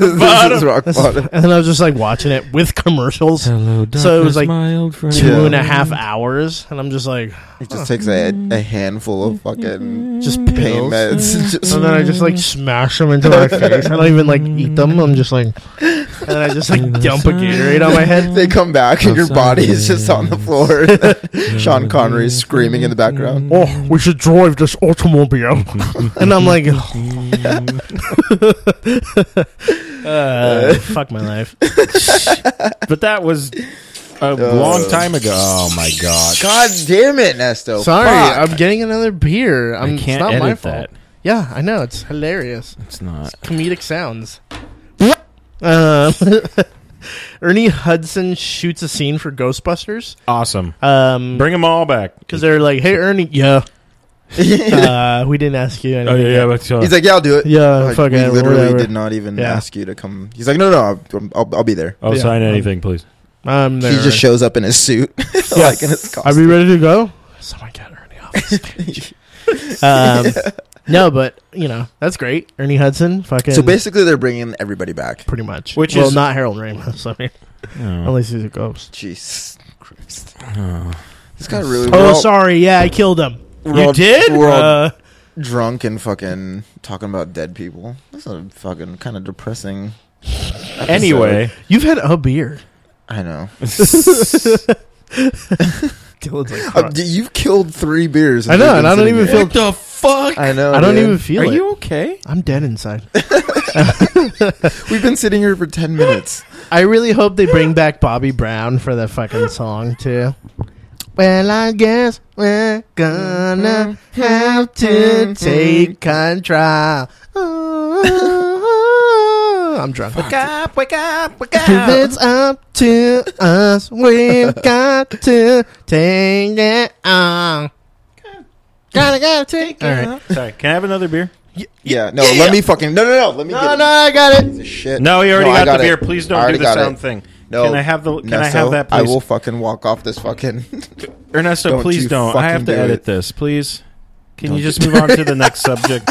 Speaker 3: is
Speaker 4: bottom.
Speaker 3: rock
Speaker 2: This is-
Speaker 3: bottom.
Speaker 2: and then I was just like watching it with commercials,
Speaker 4: Hello, darkness,
Speaker 2: So it was like
Speaker 4: my old friend.
Speaker 2: two and a half hours, and I'm just like,
Speaker 3: It just takes a, a handful of fucking
Speaker 2: just
Speaker 3: pain
Speaker 2: pills.
Speaker 3: meds. Just-
Speaker 2: And then I just like smash them into my face. I don't even like eat them. I'm just like, and then I just like dump a Gatorade on my head.
Speaker 3: they come back and your
Speaker 4: Outside.
Speaker 3: body is just on the floor. Sean Connery is screaming in the background.
Speaker 2: Oh, we should drive this automobile. and I'm like, uh, fuck my life.
Speaker 4: but that was a long time ago. Oh my god!
Speaker 3: Uh, God damn it, Nesto.
Speaker 2: Sorry,
Speaker 3: Fuck.
Speaker 2: I'm getting another beer.
Speaker 3: um,
Speaker 2: I'm,
Speaker 4: Oh, I
Speaker 2: it's
Speaker 4: can't
Speaker 2: not
Speaker 4: edit
Speaker 2: my fault.
Speaker 4: that. Uh,
Speaker 2: Yeah, I know. It's hilarious.
Speaker 4: It's not.
Speaker 2: Comedic sounds. Uh, Ernie Hudson shoots a scene for Ghostbusters.
Speaker 4: Awesome.
Speaker 2: Um,
Speaker 4: Bring them all back.
Speaker 2: Because they're like, hey, Ernie, yeah, uh, we didn't ask you
Speaker 4: Oh
Speaker 2: anything.
Speaker 4: yeah, yeah. But, uh,
Speaker 3: He's like, yeah, I'll do it.
Speaker 2: yeah,
Speaker 3: Like,
Speaker 2: fuck
Speaker 3: we
Speaker 2: it,
Speaker 3: literally
Speaker 2: whatever.
Speaker 3: did not even
Speaker 2: Yeah.
Speaker 3: ask you to come. He's like, no, no, I'll, I'll, I'll be there.
Speaker 4: I'll
Speaker 2: Yeah.
Speaker 4: sign anything, please.
Speaker 2: I'm there.
Speaker 3: He just shows up in his suit, like in his
Speaker 2: Are
Speaker 3: costume.
Speaker 2: we ready to go? Someone get Ernie off the stage. um, No, but you know that's great. Ernie Hudson, fucking,
Speaker 3: so basically, they're bringing everybody back.
Speaker 2: pretty much.
Speaker 4: Which
Speaker 2: well,
Speaker 4: is-
Speaker 2: not Harold Ramos. I mean,
Speaker 4: Oh.
Speaker 2: unless he's a ghost.
Speaker 3: Jeez,
Speaker 4: Oh.
Speaker 3: this guy really. we're
Speaker 2: Oh,
Speaker 3: all-
Speaker 2: sorry. Yeah, I killed him.
Speaker 3: we're
Speaker 4: You
Speaker 3: all-
Speaker 4: did?
Speaker 3: We're all
Speaker 2: Uh,
Speaker 3: drunk and fucking talking about dead people. That's a fucking kind of depressing. episode.
Speaker 4: Anyway,
Speaker 2: you've had a beer.
Speaker 3: I know
Speaker 2: Dylan's like,
Speaker 3: Uh, d- you've killed three beers.
Speaker 2: I know,
Speaker 3: you've
Speaker 2: and
Speaker 3: been
Speaker 2: I don't
Speaker 3: sitting
Speaker 2: even
Speaker 3: here.
Speaker 2: feel.
Speaker 4: the fuck?
Speaker 3: I know.
Speaker 2: I don't
Speaker 3: Oh, dude.
Speaker 2: even feel
Speaker 4: Are
Speaker 2: it.
Speaker 4: you okay?
Speaker 2: I'm dead inside.
Speaker 3: We've been sitting here for ten minutes.
Speaker 2: I really hope they bring back Bobby Brown for that fucking song too. Well, I guess we're gonna have to take control. I'm drunk.
Speaker 3: Wake up! Wake up! Wake
Speaker 2: If it's up to us, we've got to take it on. Gotta gotta take it. on.
Speaker 4: Sorry. Can I have another beer?
Speaker 3: Yeah, no. let me fucking no, no, no. Let me.
Speaker 2: Oh, No,
Speaker 3: get
Speaker 2: no, I got
Speaker 3: It.
Speaker 2: it.
Speaker 3: Piece of Shit.
Speaker 4: No, he already
Speaker 3: I
Speaker 4: got, the
Speaker 3: it.
Speaker 4: beer. Please
Speaker 3: I
Speaker 4: don't
Speaker 3: already
Speaker 4: do the
Speaker 3: got
Speaker 4: sound
Speaker 3: it.
Speaker 4: thing.
Speaker 3: No,
Speaker 4: Can I have the? Can I
Speaker 3: Nesto,
Speaker 4: have that? Please?
Speaker 3: I will fucking walk off this fucking.
Speaker 4: Ernesto,
Speaker 3: Don't
Speaker 4: please
Speaker 3: you
Speaker 4: don't. I
Speaker 3: fucking
Speaker 4: have to
Speaker 3: do
Speaker 4: edit
Speaker 3: it.
Speaker 4: this. Please. Can
Speaker 3: Don't
Speaker 4: you just
Speaker 3: do
Speaker 4: move on to the next subject?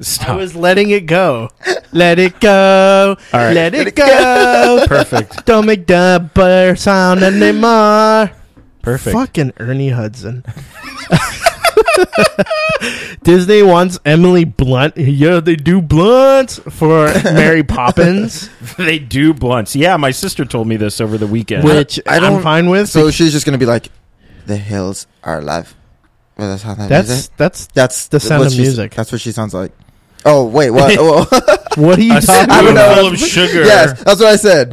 Speaker 4: Stop.
Speaker 2: I was letting it go. Let it go.
Speaker 4: All right.
Speaker 2: Let it go.
Speaker 4: perfect.
Speaker 2: Don't make the butter sound anymore.
Speaker 4: Perfect.
Speaker 2: Fucking Ernie Hudson. Disney wants Emily Blunt. Yeah, they do blunts for Mary Poppins,
Speaker 4: they do blunts. Yeah, my sister told me this over the weekend.
Speaker 2: which
Speaker 3: I
Speaker 2: I
Speaker 3: don't-
Speaker 2: am fine with.
Speaker 3: So she's just gonna be like, "The hills are alive." Well, that's how that
Speaker 2: that's
Speaker 3: music-
Speaker 2: that's
Speaker 3: That's
Speaker 2: the sound
Speaker 3: what
Speaker 2: of
Speaker 3: she's-
Speaker 2: music.
Speaker 3: That's what she sounds like. Oh wait, what? Oh,
Speaker 2: what are you
Speaker 4: a
Speaker 2: talking
Speaker 3: I don't know.
Speaker 2: about?
Speaker 4: spoonful of sugar
Speaker 3: yes, that's what I said.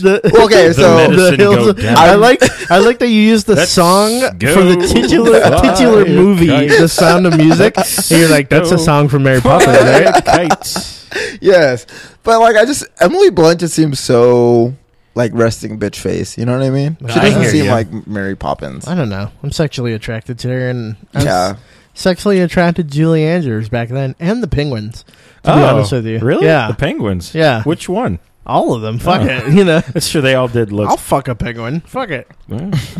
Speaker 2: The-
Speaker 3: Okay,
Speaker 4: The
Speaker 3: so
Speaker 4: medicine- go
Speaker 2: of-
Speaker 4: down.
Speaker 2: I like I like that you use the
Speaker 4: Let's
Speaker 2: song
Speaker 4: go
Speaker 2: for the titular
Speaker 4: fly
Speaker 2: titular
Speaker 4: a
Speaker 2: movie,
Speaker 4: kite.
Speaker 2: The Sound of Music. And you're like, that's a
Speaker 4: go
Speaker 2: song from Mary Poppins, right?
Speaker 4: Kites.
Speaker 3: yes, but like I just Emily Blunt just seems so like resting bitch face. You know what I mean? She
Speaker 2: I
Speaker 3: doesn't
Speaker 2: hear
Speaker 3: seem
Speaker 4: you.
Speaker 3: like Mary Poppins.
Speaker 2: I don't know. I'm sexually attracted to her, and I was
Speaker 3: Yeah,
Speaker 2: sexually attracted to Julie Andrews back then, and the Penguins. To be
Speaker 4: Oh,
Speaker 2: honest with you,
Speaker 4: Really?
Speaker 2: Yeah,
Speaker 4: The penguins.
Speaker 2: yeah,
Speaker 4: Which one?
Speaker 2: all of them. Fuck
Speaker 4: Oh.
Speaker 2: it, you know.
Speaker 4: That's sure they all did
Speaker 2: I'll
Speaker 4: look.
Speaker 2: fuck a penguin. Fuck it.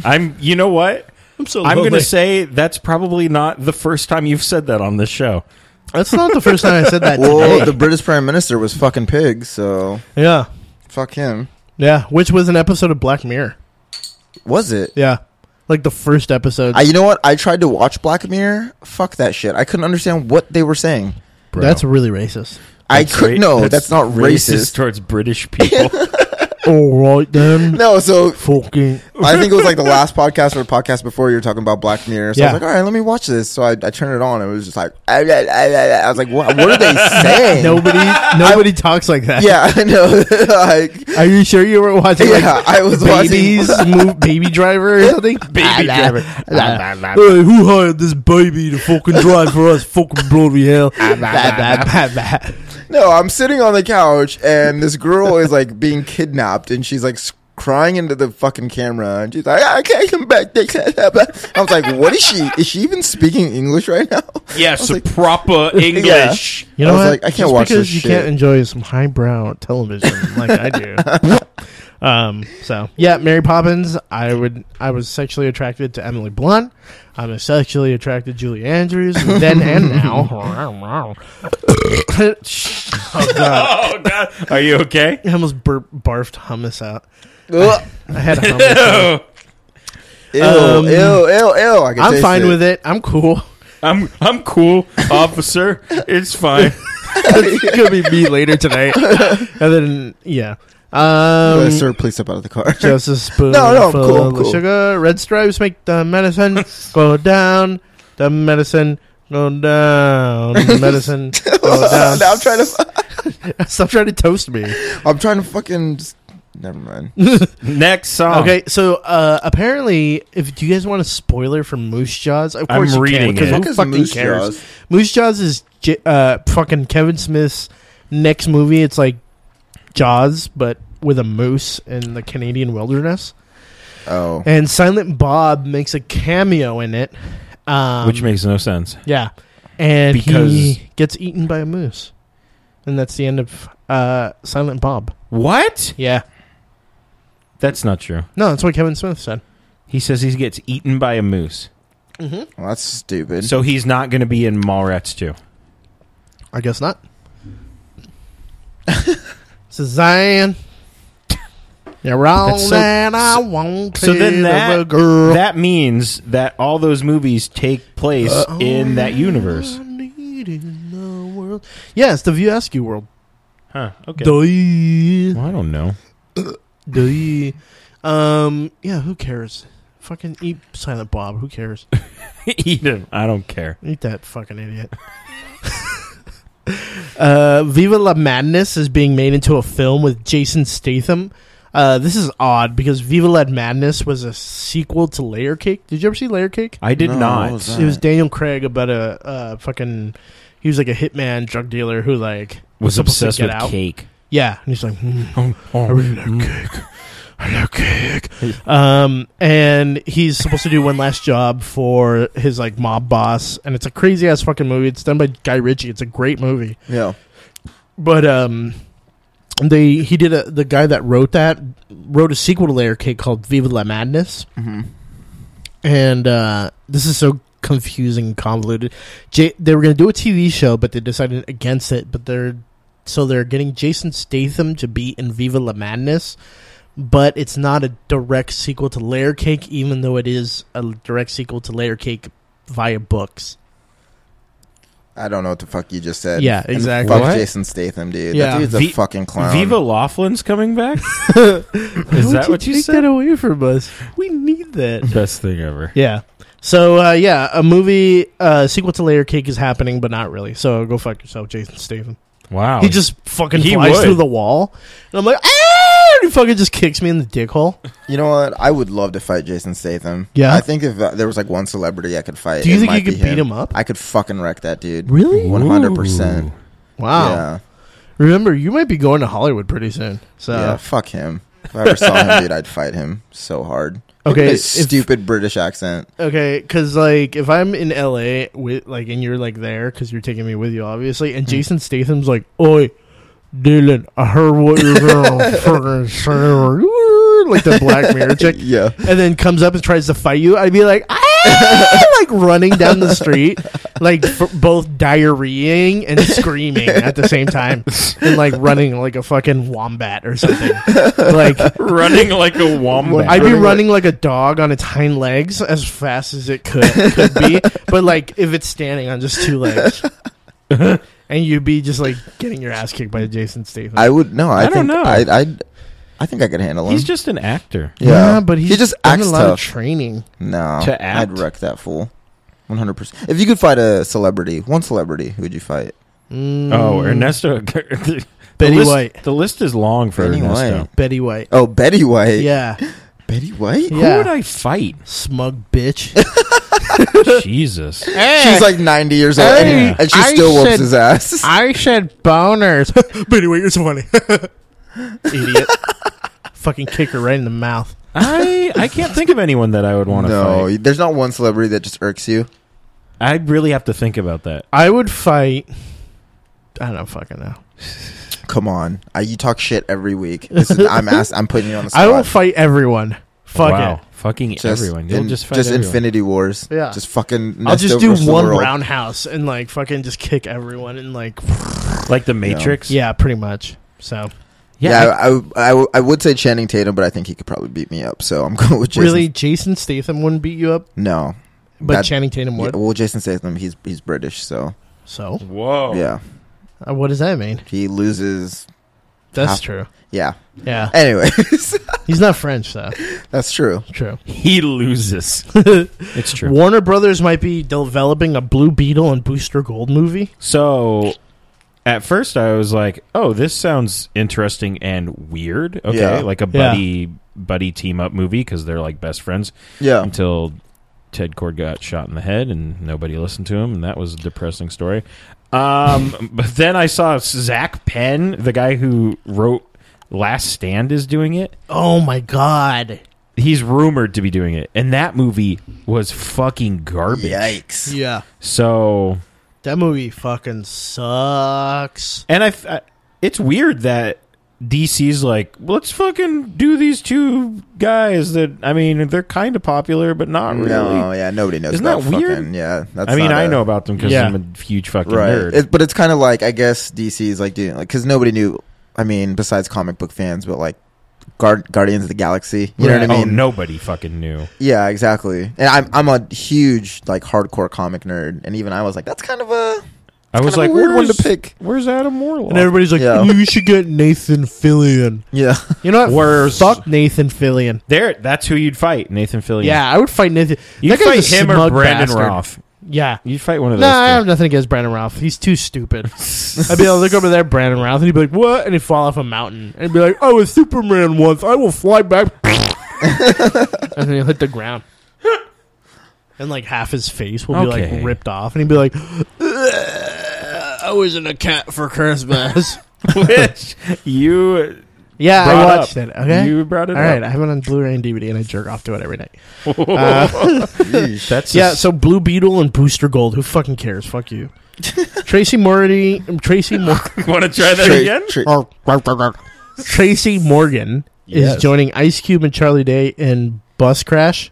Speaker 4: I'm. You know what?
Speaker 2: I'm so.
Speaker 4: I'm going to say that's probably not the first time you've said that on this show.
Speaker 2: that's not the first time I said that.
Speaker 3: Well,
Speaker 2: today.
Speaker 3: the British Prime Minister was fucking pig, so
Speaker 2: yeah,
Speaker 3: fuck him.
Speaker 2: yeah. Which was an episode of Black Mirror.
Speaker 3: Was it?
Speaker 2: Yeah, like the first episode.
Speaker 3: I, you know what? I tried to watch Black Mirror. Fuck that shit. I couldn't understand what they were saying.
Speaker 4: Bro.
Speaker 2: That's really racist.
Speaker 3: I
Speaker 4: That's
Speaker 3: could
Speaker 4: ra-
Speaker 3: no. That's, not
Speaker 4: racist
Speaker 3: racist.
Speaker 4: towards British people.
Speaker 2: All right then.
Speaker 3: No, so
Speaker 2: Fucking.
Speaker 3: I think it was like the last podcast or the podcast before you were talking about Black Mirror. So I
Speaker 2: Yeah.
Speaker 3: was like, all right, let me watch this. So I, I turned it on. It was just like I, I, I, I was like, what, what are they saying?
Speaker 2: Nobody, nobody talks like that.
Speaker 3: Yeah, I know. like,
Speaker 2: Are you sure you were watching? Like,
Speaker 3: yeah, I was
Speaker 2: babies,
Speaker 3: watching.
Speaker 2: mo- baby driver or something.
Speaker 4: Baby driver.
Speaker 2: Hey, who hired this baby to fucking drive for us? Fucking bloody hell.
Speaker 3: No, I'm sitting on the couch and this girl is like being kidnapped and she's like s- crying into the fucking camera, and she's like, "I can't come back. They can't have that." I was like, "What is she? Is she even speaking English right now?"
Speaker 1: Yes,
Speaker 3: like-
Speaker 1: proper English.
Speaker 2: You
Speaker 3: I
Speaker 2: know
Speaker 3: was
Speaker 2: what?
Speaker 3: like, I can't
Speaker 2: Just
Speaker 3: watch
Speaker 2: because
Speaker 3: this
Speaker 2: you
Speaker 3: shit.
Speaker 2: can't enjoy some highbrow television like I do. um, so yeah, Mary Poppins. I would. I was sexually attracted to Emily Blunt. I'm sexually attracted to Julie Andrews. and Then and now. oh god!
Speaker 4: Oh God, are you okay?
Speaker 2: I almost burp, barfed hummus out.
Speaker 3: Ugh.
Speaker 2: I had hummus. out.
Speaker 3: Ew,
Speaker 2: Um,
Speaker 3: ew, ew, ew. I can
Speaker 2: I'm
Speaker 3: taste
Speaker 2: fine
Speaker 3: it.
Speaker 2: with it. I'm cool.
Speaker 4: I'm I'm cool, officer. It's fine.
Speaker 2: it's gonna be me later tonight. And then yeah. Um,
Speaker 3: Uh, sir, please step out of the car.
Speaker 2: Just a spoonful
Speaker 3: No, no, I'm cool, I'm
Speaker 2: of
Speaker 3: cool.
Speaker 2: sugar. Red stripes make the medicine go down. The medicine go down. The medicine go down.
Speaker 3: now I'm trying to.
Speaker 2: Stop trying to toast me.
Speaker 3: I'm trying to fucking. Just, never mind.
Speaker 4: Next
Speaker 3: Ah.
Speaker 4: song.
Speaker 2: Okay, so uh, apparently, if do you guys want a spoiler for Moose Jaws? Of
Speaker 4: I'm
Speaker 2: course, you
Speaker 4: reading
Speaker 2: can,
Speaker 4: it.
Speaker 2: because who fucking cares? Moose Jaws is J- uh, fucking Kevin Smith's next movie. It's like Jaws, but with a moose in the Canadian wilderness.
Speaker 3: Oh,
Speaker 2: And Silent Bob makes a cameo in it. Um,
Speaker 4: Which makes no sense.
Speaker 2: Yeah. And
Speaker 4: Because-
Speaker 2: he gets eaten by a moose. And that's the end of uh, Silent Bob.
Speaker 4: What?
Speaker 2: Yeah.
Speaker 4: That's not true.
Speaker 2: No, that's what Kevin Smith said.
Speaker 4: He says he gets eaten by a moose, Mm-hmm.
Speaker 3: well, that's stupid.
Speaker 4: so he's not going to be in Mallrats 2.
Speaker 2: I guess not. Suzanne. You're wrong,
Speaker 4: That's so-
Speaker 2: and I
Speaker 4: so-
Speaker 2: won't
Speaker 4: so then
Speaker 2: be the
Speaker 4: that-
Speaker 2: girl.
Speaker 4: That means that all those movies take place in that universe.
Speaker 2: Uh, I need in the world. Yes, the Viewasky world.
Speaker 4: Huh. Okay.
Speaker 2: Duh.
Speaker 4: Well, I don't know.
Speaker 2: Duh. Um, yeah, who cares? Fucking eat Silent Bob. Who cares?
Speaker 4: Eat him. I don't care.
Speaker 2: Eat that fucking idiot. uh, Viva La Madness is being made into a film with Jason Statham. Uh, this is odd because Viva La Madness was a sequel to Layer Cake. Did you ever see Layer Cake?
Speaker 4: I did
Speaker 3: No,
Speaker 4: not.
Speaker 3: what was
Speaker 2: It was
Speaker 3: Right.
Speaker 2: Daniel Craig about a uh, fucking. He was like a hitman drug dealer who like
Speaker 4: Was
Speaker 2: supposed to
Speaker 4: obsessed
Speaker 2: get
Speaker 4: with
Speaker 2: out.
Speaker 4: cake.
Speaker 2: yeah, and he's like, hmm,
Speaker 4: Oh,
Speaker 2: I really like cake. I like cake. Mm. Um, and he's supposed to do one last job for his like mob boss, and it's a crazy ass fucking movie. It's done by Guy Ritchie. It's a great movie,
Speaker 3: yeah.
Speaker 2: but um, they he did a the guy that wrote that wrote a sequel to Layer Cake called Viva La Madness,
Speaker 3: Mm-hmm.
Speaker 2: and uh, this is so confusing and convoluted. J- they were going to do a TV show, but they decided against it. But they're so they're getting Jason Statham to be in Viva La Madness, but it's not a direct sequel to Layer Cake, even though it is a direct sequel to Layer Cake via books.
Speaker 3: I don't know what the fuck you just said.
Speaker 2: Yeah,
Speaker 3: And
Speaker 2: exactly.
Speaker 3: fuck
Speaker 4: What?
Speaker 3: Jason Statham, dude.
Speaker 2: Yeah.
Speaker 3: That dude's
Speaker 4: Vi-
Speaker 3: a fucking clown.
Speaker 4: Viva Laughlin's coming back? Is that what you
Speaker 2: take
Speaker 4: said?
Speaker 2: that away from us? We need that.
Speaker 4: Best thing ever.
Speaker 2: Yeah. So uh, yeah, a movie uh, sequel to Layer Cake is happening, but not really. So go fuck yourself, Jason Statham.
Speaker 4: Wow.
Speaker 2: He just fucking
Speaker 4: He
Speaker 2: flies
Speaker 4: would.
Speaker 2: through the wall, and I'm like, ah! And he fucking just kicks me in the dick hole.
Speaker 3: You know what? I would love to fight Jason Statham.
Speaker 2: Yeah?
Speaker 3: I think if uh, there was like one celebrity I could fight,
Speaker 2: Do you
Speaker 3: it
Speaker 2: think you
Speaker 3: might
Speaker 2: could
Speaker 3: be
Speaker 2: beat him up?
Speaker 3: I could fucking wreck that dude.
Speaker 2: Really? Oh,
Speaker 3: One hundred percent.
Speaker 2: Wow.
Speaker 3: Yeah.
Speaker 2: Remember, you might be going to Hollywood pretty soon. So
Speaker 3: Yeah. Fuck him. If I ever saw him, dude, I'd fight him so hard. Look at
Speaker 2: Okay,
Speaker 3: his
Speaker 2: if-
Speaker 3: stupid British accent.
Speaker 2: okay, because like if I'm in LA with like and you're like there because you're taking me with you, obviously,
Speaker 3: Hmm.
Speaker 2: and Jason Statham's like, "Oi, Dylan, I heard what you're gonna fucking say," like the Black Mirror chick.
Speaker 3: Yeah.
Speaker 2: and then comes up and tries to fight you, I'd be like, "Ah!" like running down the street, like f- both diarrheaing and screaming at the same time, and like running like a fucking wombat or something. Like
Speaker 4: running like a wombat.
Speaker 2: I'd be running like a dog on its hind legs as fast as it could could be, but like if it's standing on just two legs. And you'd be just like getting your ass kicked by Jason Statham.
Speaker 3: I would no. I,
Speaker 4: I don't
Speaker 3: think
Speaker 4: know.
Speaker 3: I, I, I think I could handle him.
Speaker 4: He's just an actor.
Speaker 3: yeah.
Speaker 2: but he's
Speaker 3: he just
Speaker 2: done
Speaker 3: acts
Speaker 2: a lot
Speaker 3: tough.
Speaker 2: of training.
Speaker 3: no,
Speaker 4: to act.
Speaker 3: I'd wreck that fool. One hundred percent. If you could fight a celebrity, one celebrity, who would you fight?
Speaker 2: Mm,
Speaker 4: Oh, Ernesto. the
Speaker 2: Betty
Speaker 4: list-
Speaker 2: White.
Speaker 4: The list is long for
Speaker 3: Betty
Speaker 4: Ernesto.
Speaker 3: White.
Speaker 2: Betty White.
Speaker 3: Oh, Betty White.
Speaker 2: Yeah.
Speaker 3: Betty White.
Speaker 2: Yeah.
Speaker 4: Who would I fight?
Speaker 2: smug bitch.
Speaker 4: Jesus.
Speaker 3: She's like ninety years old,
Speaker 2: Hey,
Speaker 3: and she
Speaker 2: I
Speaker 3: still whoops
Speaker 2: said-
Speaker 3: his ass.
Speaker 2: I said boners. but anyway, you're so funny. Idiot. fucking kick her right in the mouth.
Speaker 4: I I can't think of anyone that I would want to
Speaker 3: No,
Speaker 4: fight.
Speaker 3: there's not one celebrity that just irks you.
Speaker 4: I really have to think about that.
Speaker 2: I would fight. I don't fucking know.
Speaker 3: Come on, I, you talk shit every week. This is, I'm ask, I'm putting you on the spot.
Speaker 2: I will fight everyone. Fuck
Speaker 4: wow,
Speaker 2: it.
Speaker 4: fucking everyone. You'll
Speaker 3: in-
Speaker 4: just fight
Speaker 3: just
Speaker 4: everyone.
Speaker 3: Infinity Wars.
Speaker 2: Yeah.
Speaker 3: just fucking.
Speaker 2: I'll
Speaker 3: Nesto
Speaker 2: just do
Speaker 3: versus the
Speaker 2: one
Speaker 3: world.
Speaker 2: roundhouse and like fucking just kick everyone and like
Speaker 4: like the Matrix.
Speaker 2: yeah, pretty much. So
Speaker 3: Yeah,
Speaker 4: yeah.
Speaker 3: I, I, I- I would say Channing Tatum, but I think he could probably beat me up. So I'm going with Jason.
Speaker 2: really, Jason Statham wouldn't beat you up,
Speaker 3: No,
Speaker 2: but
Speaker 3: That-
Speaker 2: Channing Tatum
Speaker 3: Yeah,
Speaker 2: would.
Speaker 3: well, Jason Statham, he's he's British, so
Speaker 2: So
Speaker 4: Whoa.
Speaker 3: yeah,
Speaker 2: uh, what does that mean?
Speaker 3: he loses.
Speaker 2: That's
Speaker 3: Half-
Speaker 2: true.
Speaker 3: Yeah.
Speaker 2: Yeah,
Speaker 3: Anyways,
Speaker 2: he's not French, so
Speaker 3: that's true.
Speaker 2: true.
Speaker 4: He loses. it's true.
Speaker 2: Warner Brothers might be developing a Blue Beetle and Booster Gold movie.
Speaker 4: So at first I was like, "Oh, this sounds interesting and weird." Okay,
Speaker 3: Yeah.
Speaker 4: like a
Speaker 2: Yeah.
Speaker 4: buddy buddy team up movie because they're like best friends
Speaker 3: Yeah,
Speaker 4: until Ted Cord got shot in the head and nobody listened to him, and that was a depressing story. Um, but then I saw Zach Penn, the guy who wrote Last Stand, is doing it.
Speaker 2: Oh my god!
Speaker 4: He's rumored to be doing it, and that movie was fucking garbage.
Speaker 3: yikes.
Speaker 2: Yeah,
Speaker 4: So
Speaker 2: that movie fucking sucks.
Speaker 4: And I, f- I- it's weird that DC's like, let's fucking do these two guys that I mean, they're kind of popular, but not really.
Speaker 3: No, yeah, nobody knows.
Speaker 4: Isn't
Speaker 3: about
Speaker 4: that weird?
Speaker 3: Fucking, yeah, that's.
Speaker 4: I mean,
Speaker 3: I
Speaker 4: I know about them because
Speaker 2: Yeah.
Speaker 4: I'm a huge fucking
Speaker 3: right?
Speaker 4: nerd.
Speaker 3: It, but it's kind of like I guess DC is like doing like because nobody knew. I mean, besides comic book fans, but like Guard, Guardians of the Galaxy. You know what I
Speaker 4: Oh,
Speaker 3: mean?
Speaker 4: nobody fucking knew.
Speaker 3: Yeah, exactly. And I'm I'm a huge like hardcore comic nerd, and even I was like, that's kind of a
Speaker 4: I was
Speaker 3: kind of
Speaker 4: like,
Speaker 3: a weird one
Speaker 4: where's,
Speaker 3: to pick.
Speaker 4: where's Adam Warlock?
Speaker 2: And everybody's like,
Speaker 3: Yeah.
Speaker 2: "You should get Nathan Fillion."
Speaker 3: Yeah,
Speaker 2: You know what?
Speaker 4: Worse.
Speaker 2: Fuck Nathan Fillion.
Speaker 4: there, that's who you'd fight, Nathan Fillion.
Speaker 2: Yeah, I would fight Nathan.
Speaker 4: you
Speaker 2: That guy's
Speaker 4: fight
Speaker 2: a
Speaker 4: him or
Speaker 2: smug
Speaker 4: Brandon
Speaker 2: bastard.
Speaker 4: Roth.
Speaker 2: Yeah.
Speaker 4: You fight one of
Speaker 2: No,
Speaker 4: those.
Speaker 2: I
Speaker 4: two.
Speaker 2: have nothing against Brandon Ralph. He's too stupid. I'd be like, look over there, Brandon Ralph, and he'd be like, "What?" and he'd fall off a mountain and be like, "I was Superman once. I will fly back." and then he'll hit the ground, and like half his face will be
Speaker 4: Okay.
Speaker 2: like ripped off, and he'd be like, "Ugh, "I was in a cat for Christmas."
Speaker 4: Which you
Speaker 2: yeah, I
Speaker 4: brought
Speaker 2: watched
Speaker 4: up.
Speaker 2: it. Okay,
Speaker 4: You brought it
Speaker 2: all right.
Speaker 4: up.
Speaker 2: I have it on Blu-ray and DVD, and I jerk off to it every night. Uh,
Speaker 4: That's
Speaker 2: yeah,
Speaker 4: a-
Speaker 2: so Blue Beetle and Booster Gold. Who fucking cares? Fuck you. Tracy Morty, Tracy Mor-
Speaker 4: want to try that
Speaker 3: Tra-
Speaker 4: again?
Speaker 3: tra-
Speaker 2: Tracy Morgan
Speaker 4: Yes.
Speaker 2: is joining Ice Cube and Charlie Day in Bus Crash.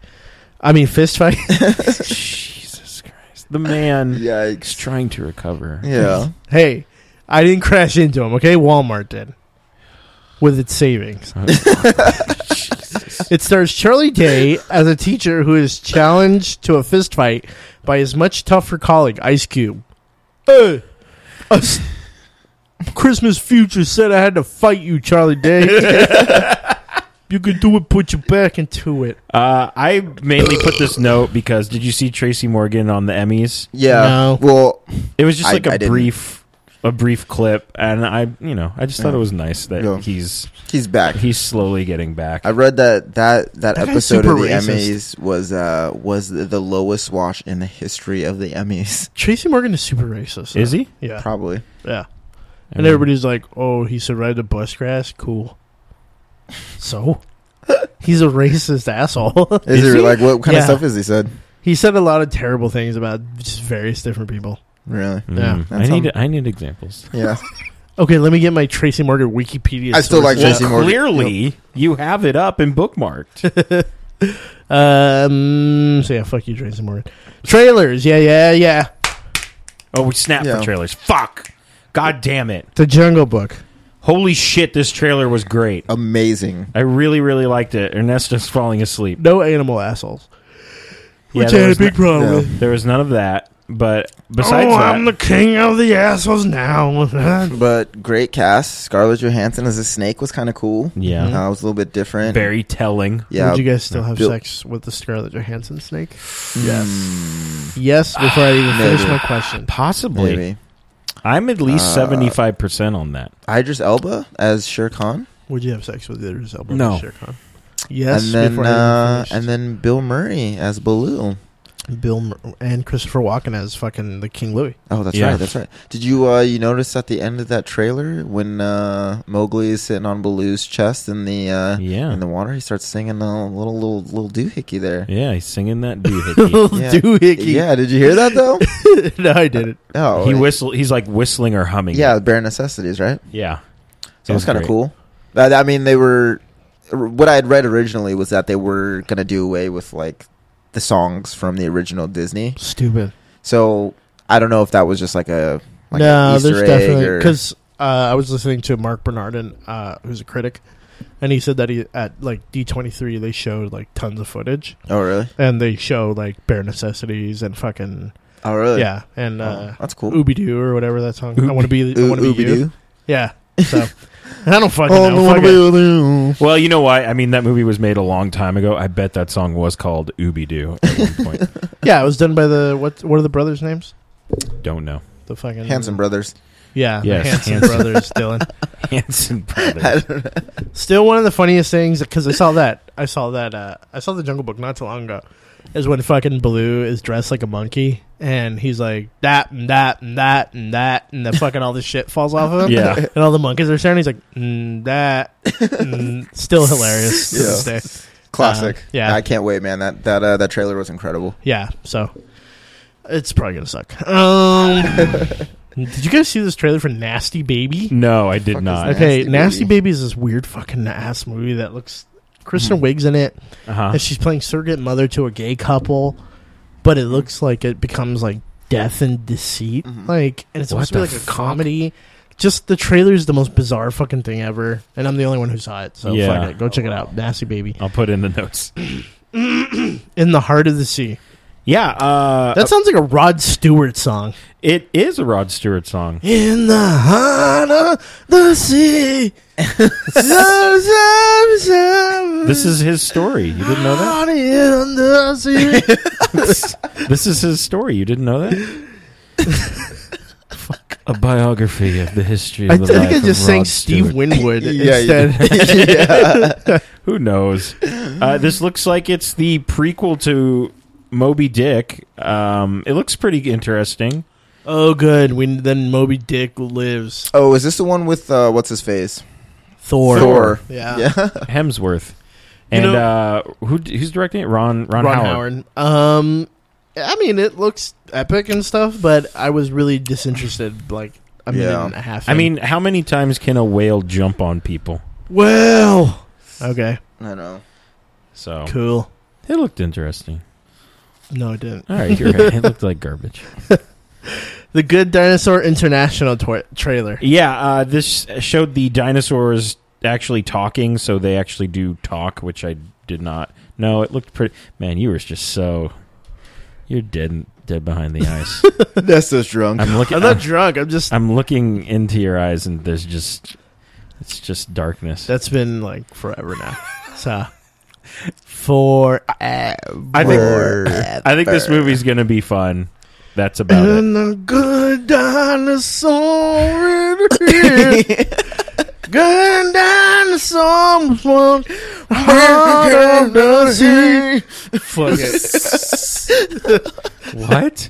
Speaker 2: I mean, Fist Fight.
Speaker 4: Jesus Christ, the man. He's
Speaker 3: yikes.
Speaker 4: trying to recover.
Speaker 3: Yeah,
Speaker 2: hey, I didn't crash into him, okay? Walmart did. With its savings.
Speaker 4: Uh-huh.
Speaker 2: it stars Charlie Day as a teacher who is challenged to a fist fight by his much tougher colleague, Ice Cube. Hey, a s- Christmas Future said I had to fight you, Charlie Day. you can do it, put your back into it.
Speaker 4: Uh, I mainly put this note because did you see Tracy Morgan on the Emmys?
Speaker 3: yeah.
Speaker 2: No.
Speaker 3: Well,
Speaker 4: It was just
Speaker 3: I-
Speaker 4: like
Speaker 3: I
Speaker 4: a
Speaker 3: didn't.
Speaker 4: brief, a brief clip, and I, you know, I just thought
Speaker 3: Yeah.
Speaker 4: it was nice that
Speaker 3: Yeah.
Speaker 4: he's
Speaker 3: he's back.
Speaker 4: he's slowly getting back.
Speaker 3: I read that that
Speaker 2: That
Speaker 3: that,
Speaker 2: guy's
Speaker 3: episode of
Speaker 2: super
Speaker 3: the
Speaker 2: racist.
Speaker 3: Emmys was uh was the, the lowest watch in the history of the Emmys.
Speaker 2: Tracy Morgan is super racist. though.
Speaker 4: Is he?
Speaker 2: Yeah.
Speaker 3: Probably.
Speaker 2: Yeah.
Speaker 4: I
Speaker 2: And
Speaker 4: mean,
Speaker 2: everybody's like, "Oh, he survived a bus crash. Cool." So, he's a racist asshole.
Speaker 3: Is,
Speaker 4: Is
Speaker 3: it
Speaker 4: he?
Speaker 3: like what kind of
Speaker 2: Yeah.
Speaker 3: stuff is he said?
Speaker 2: he said a lot of terrible things about just various different people.
Speaker 3: Really?
Speaker 4: mm,
Speaker 2: yeah,
Speaker 4: I
Speaker 3: that's
Speaker 4: need
Speaker 3: um,
Speaker 4: I need examples.
Speaker 3: Yeah.
Speaker 2: Okay, let me get my Tracy Morgan Wikipedia.
Speaker 3: I still like
Speaker 2: sources.
Speaker 4: Well,
Speaker 3: Tracy Morgan-
Speaker 4: clearly you have it up and bookmarked.
Speaker 2: Um. So yeah, fuck you, Tracy Morgan. Trailers. Yeah, yeah, yeah.
Speaker 4: oh, we snapped
Speaker 3: Yeah.
Speaker 4: for trailers. Fuck. God damn it.
Speaker 2: The Jungle Book.
Speaker 4: Holy shit, this trailer was great.
Speaker 3: Amazing.
Speaker 4: I really, really liked it. Ernesto's falling asleep.
Speaker 2: No animal assholes. Which I
Speaker 4: there
Speaker 2: had a
Speaker 4: was
Speaker 2: big
Speaker 4: no-
Speaker 2: problem
Speaker 3: yeah.
Speaker 2: with.
Speaker 4: There was none of that. But besides
Speaker 2: oh,
Speaker 4: that,
Speaker 2: I'm the king of the assholes now.
Speaker 3: But great cast. Scarlett Johansson as a snake was kind of cool.
Speaker 4: yeah,
Speaker 3: Uh, it was a little bit different.
Speaker 4: very telling.
Speaker 3: Yeah.
Speaker 2: Would you guys still have
Speaker 3: Bill- Hmm.
Speaker 2: sex with the Scarlett Johansson snake?
Speaker 3: Yes.
Speaker 2: Yes, before I even finish
Speaker 3: Maybe.
Speaker 2: my question.
Speaker 4: Possibly,
Speaker 3: Maybe.
Speaker 4: I'm at least
Speaker 3: Uh,
Speaker 4: seventy five percent on that.
Speaker 3: Idris Elba as Sher Khan.
Speaker 2: Would you have sex with Idris Elba?
Speaker 4: No.
Speaker 2: Shere Khan? Yes,
Speaker 3: and then
Speaker 2: before I even
Speaker 3: uh,
Speaker 2: finished.
Speaker 3: and then Bill Murray as Baloo.
Speaker 2: Bill Mur- and Christopher Walken as fucking the King Louis.
Speaker 3: Oh, that's
Speaker 4: Yeah.
Speaker 3: right. That's right. Did you uh, you notice at the end of that trailer when uh, Mowgli is sitting on Baloo's chest in the uh,
Speaker 4: Yeah.
Speaker 3: in the water, he starts singing a little little little doohickey there.
Speaker 4: Yeah, he's singing that doohickey.
Speaker 2: Little
Speaker 3: Yeah.
Speaker 2: doohickey.
Speaker 3: Yeah, did you hear that though?
Speaker 2: no, I didn't.
Speaker 3: Oh,
Speaker 4: he whistle. He's like whistling or humming.
Speaker 3: yeah, bare necessities, right?
Speaker 4: yeah.
Speaker 3: So it was kind of
Speaker 4: great.
Speaker 3: cool. I, I mean, they were. What I had read originally was that they were gonna do away with like the songs from the original Disney.
Speaker 2: Stupid.
Speaker 3: So I don't know if that was just like a like an
Speaker 2: no,
Speaker 3: Easter
Speaker 2: there's
Speaker 3: egg
Speaker 2: definitely
Speaker 3: or-
Speaker 2: because uh, I was listening to Mark Bernardin, uh, who's a critic, and he said that he at like D23 they showed like tons of footage,
Speaker 3: Oh really?
Speaker 2: and they show like bare necessities and fucking
Speaker 3: Oh really?
Speaker 2: yeah, and
Speaker 3: Oh,
Speaker 2: uh,
Speaker 3: that's cool.
Speaker 2: Ooby Doo or whatever that song. I
Speaker 4: Oob-
Speaker 2: want to be. I
Speaker 3: Ooh,
Speaker 2: want to be you.
Speaker 3: ooby-doo.
Speaker 2: Yeah. So I don't fucking
Speaker 3: Oh,
Speaker 2: know.
Speaker 3: I wanna
Speaker 2: Fuck
Speaker 3: be
Speaker 2: it.
Speaker 3: with you.
Speaker 4: Well, you know why? I mean, that movie was made a long time ago. I bet that song was called Ooby Doo at one point.
Speaker 2: Yeah, it was done by the what? What are the brothers' names?
Speaker 4: Don't know.
Speaker 2: The fucking
Speaker 3: Hanson Brothers.
Speaker 2: Yeah, the
Speaker 4: Yes,
Speaker 2: Hanson,
Speaker 4: Hanson.
Speaker 2: brothers. Dylan.
Speaker 4: Hanson Brothers.
Speaker 2: Still one of the funniest things because I saw that. I saw that. Uh, I saw the Jungle Book not too long ago. Is when fucking Baloo is dressed like a monkey and he's like that and that and that and that and the fucking all this shit falls off of him.
Speaker 4: Yeah.
Speaker 2: and all the monkeys are staring. He's like mm, that. Mm, still hilarious. To
Speaker 3: Yeah.
Speaker 2: this day.
Speaker 3: Classic.
Speaker 2: Uh, yeah.
Speaker 3: I can't wait, man. That that uh, that trailer was incredible.
Speaker 2: Yeah, so it's probably gonna suck. Um, did you guys see this trailer for Nasty Baby?
Speaker 4: No, I did
Speaker 3: Fuck
Speaker 4: not.
Speaker 3: is
Speaker 2: Okay,
Speaker 3: Nasty
Speaker 2: Nasty,
Speaker 3: Baby.
Speaker 2: Baby. is this weird fucking ass movie that looks.
Speaker 4: Hmm.
Speaker 2: Kristen Wiig's in it,
Speaker 4: Uh-huh.
Speaker 2: and she's playing surrogate mother to a gay couple, but it looks like it becomes like death and deceit,
Speaker 3: Mhm.
Speaker 2: like, and it's
Speaker 4: Mm-hmm.
Speaker 2: supposed
Speaker 4: What
Speaker 2: to be
Speaker 4: the
Speaker 2: like a
Speaker 4: fuck?
Speaker 2: comedy. Just the trailer is the most bizarre fucking thing ever, and I'm the only one who saw it. So
Speaker 4: Yeah.
Speaker 2: fuck it, go check it out, Nasty Baby
Speaker 4: I'll put in the notes.
Speaker 2: in the heart of the sea.
Speaker 4: Yeah, uh,
Speaker 2: That sounds like a Rod Stewart song.
Speaker 4: it is a Rod Stewart song.
Speaker 2: In the heart of the sea.
Speaker 4: This
Speaker 2: this
Speaker 4: is his story. You didn't know that?
Speaker 2: In the sea.
Speaker 4: This is his story. You didn't know that? A biography of the history of
Speaker 2: I
Speaker 4: the
Speaker 2: think
Speaker 4: life
Speaker 2: I
Speaker 4: of
Speaker 2: just sang
Speaker 4: Rod
Speaker 2: Steve
Speaker 4: Stewart.
Speaker 2: Winwood
Speaker 3: Yeah, you
Speaker 2: instead.
Speaker 4: Who knows? Uh, this looks like it's the prequel to Moby Dick. Um, it looks pretty interesting.
Speaker 2: oh, good. We, then Moby Dick lives.
Speaker 3: Oh, is this the one with uh, what's his face?
Speaker 2: Thor.
Speaker 3: Thor.
Speaker 2: Yeah.
Speaker 3: Yeah.
Speaker 4: Hemsworth.
Speaker 2: You
Speaker 4: And
Speaker 2: know-
Speaker 4: uh, who who's directing it? Ron Ron,
Speaker 2: Ron, Howard. Um, I mean, it looks epic and stuff, but I was really disinterested. Like a minute
Speaker 3: Yeah.
Speaker 2: and a half.
Speaker 4: I
Speaker 2: in.
Speaker 4: mean, how many times can a whale jump on people?
Speaker 2: well,
Speaker 4: Oh.
Speaker 2: okay,
Speaker 3: I know.
Speaker 4: So
Speaker 2: cool.
Speaker 4: it looked interesting.
Speaker 2: No, it didn't.
Speaker 4: All right, you're right. It looked like garbage.
Speaker 2: The Good Dinosaur International tor- trailer.
Speaker 4: Yeah, uh, this showed the dinosaurs actually talking, so they actually do talk, which I did not. No, it looked pretty. Man, you were just so you're dead dead behind the eyes.
Speaker 3: That's just drunk.
Speaker 4: I'm looking.
Speaker 2: I'm
Speaker 4: I'm,
Speaker 2: not drunk. I'm just.
Speaker 4: I'm looking into your eyes, and there's just it's just darkness.
Speaker 2: That's been like forever now. So for
Speaker 4: I think I think this movie's gonna be fun. That's about it.
Speaker 2: and a good dinosaur in here. good dinosaur from heart of the sea. Fuck it.
Speaker 4: What?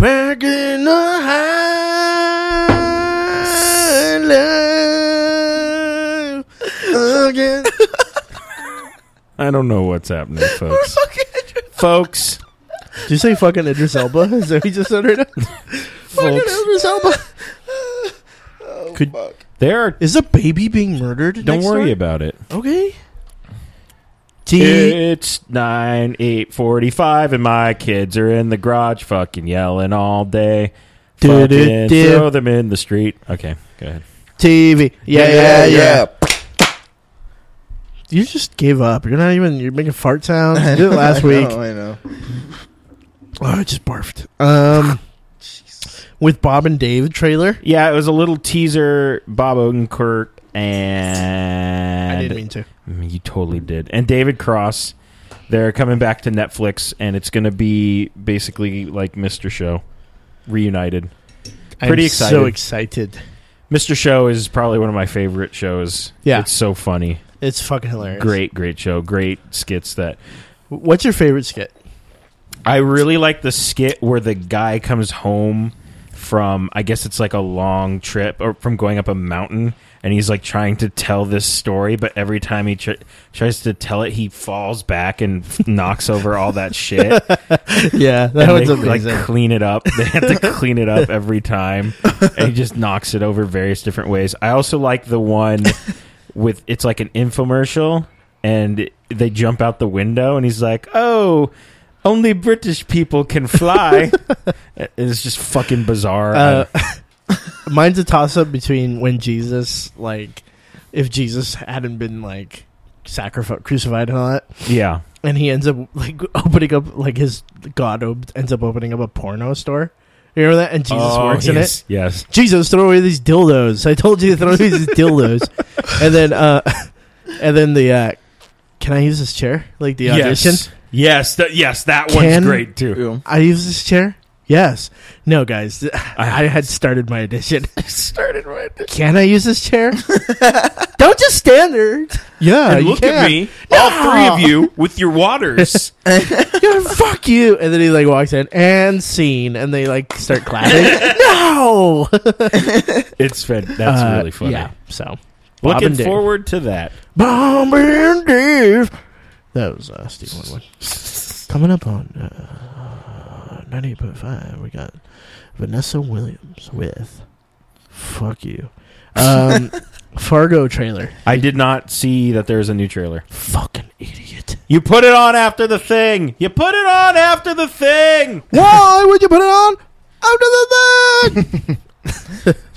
Speaker 2: Back in the highland again.
Speaker 4: I don't know what's happening, folks. folks,
Speaker 2: Did you say fucking Idris Elba? Is that what you just said right now? fucking
Speaker 4: folks,
Speaker 2: Idris Elba. Could,
Speaker 4: there are.
Speaker 2: is a baby being murdered?
Speaker 4: Don't
Speaker 2: next
Speaker 4: worry
Speaker 2: door?
Speaker 4: about it.
Speaker 2: Okay. T.
Speaker 4: It's nine eight forty five, and my kids are in the garage, fucking yelling all day.
Speaker 2: Do, do,
Speaker 4: Fucking
Speaker 2: do.
Speaker 4: throw them in the street. Okay, go ahead.
Speaker 2: TV. Yeah,
Speaker 3: yeah,
Speaker 2: yeah, yeah. You just gave up. You're not even. You're making fart sounds. You did it last
Speaker 3: I
Speaker 2: week.
Speaker 3: know, I know.
Speaker 2: Oh, I just barfed. Um, with Bob and Dave trailer.
Speaker 4: Yeah, it was a little teaser. Bob Odenkirk and
Speaker 2: I didn't mean to.
Speaker 4: Mm, You totally did. And David Cross, they're coming back to Netflix, and it's going to be basically like Mr. Show reunited. Pretty
Speaker 2: I'm So
Speaker 4: excited.
Speaker 2: excited.
Speaker 4: Mr. Show is probably one of my favorite shows.
Speaker 2: Yeah.
Speaker 4: it's so funny.
Speaker 2: It's fucking hilarious.
Speaker 4: Great, great show. Great skits that
Speaker 2: What's your favorite skit?
Speaker 4: I really like the skit where the guy comes home from I guess it's like a long trip or from going up a mountain and he's like trying to tell this story but every time he tr- tries to tell it he falls back and knocks over all that shit
Speaker 2: Yeah, that
Speaker 4: and
Speaker 2: one's
Speaker 4: they like
Speaker 2: amazing.
Speaker 4: clean it up they have to clean it up every time and he just knocks it over various different ways I also like the one with it's like an infomercial and they jump out the window and he's like oh only British people can fly. it's just fucking bizarre.
Speaker 2: Uh, mine's a toss up between when Jesus, like, if Jesus hadn't been like sacrificed, crucified, and all that,
Speaker 4: yeah.
Speaker 2: and he ends up like opening up like his God op- ends up opening up a porno store. You remember that? And Jesus works in it.
Speaker 4: Oh, Yes.
Speaker 2: Jesus, throw away these dildos. I told you to throw away these dildos. And then, uh, and then the, uh, can I use this chair? Like the audition?
Speaker 4: Yes. Yes. That, yes. That
Speaker 2: Can-
Speaker 4: one's great too.
Speaker 3: Ew.
Speaker 2: I use this chair? Yes. No, guys, th- I had started my audition.
Speaker 4: started right.
Speaker 2: Can I use this chair? Don't just stand there. Yeah,
Speaker 4: And
Speaker 2: you
Speaker 4: look
Speaker 2: can.
Speaker 4: at me, all three of you, with your waters.
Speaker 2: Yeah, fuck you. And then he like walks in and scene, and they like start clapping. no,
Speaker 4: it's fed. That's
Speaker 2: Uh,
Speaker 4: really funny.
Speaker 2: Yeah. So Bob
Speaker 4: Looking
Speaker 2: and Dave.
Speaker 4: forward to that.
Speaker 2: Bob and Dave. That was uh, Steve Winwood. Coming up on uh, 98.5, we got Vanessa Williams with Fuck You. Um, Fargo trailer.
Speaker 4: I did not see that there's a new trailer.
Speaker 2: Fucking idiot.
Speaker 4: You put it on after the thing. You put it on after the thing.
Speaker 2: Why would you put it on after the thing?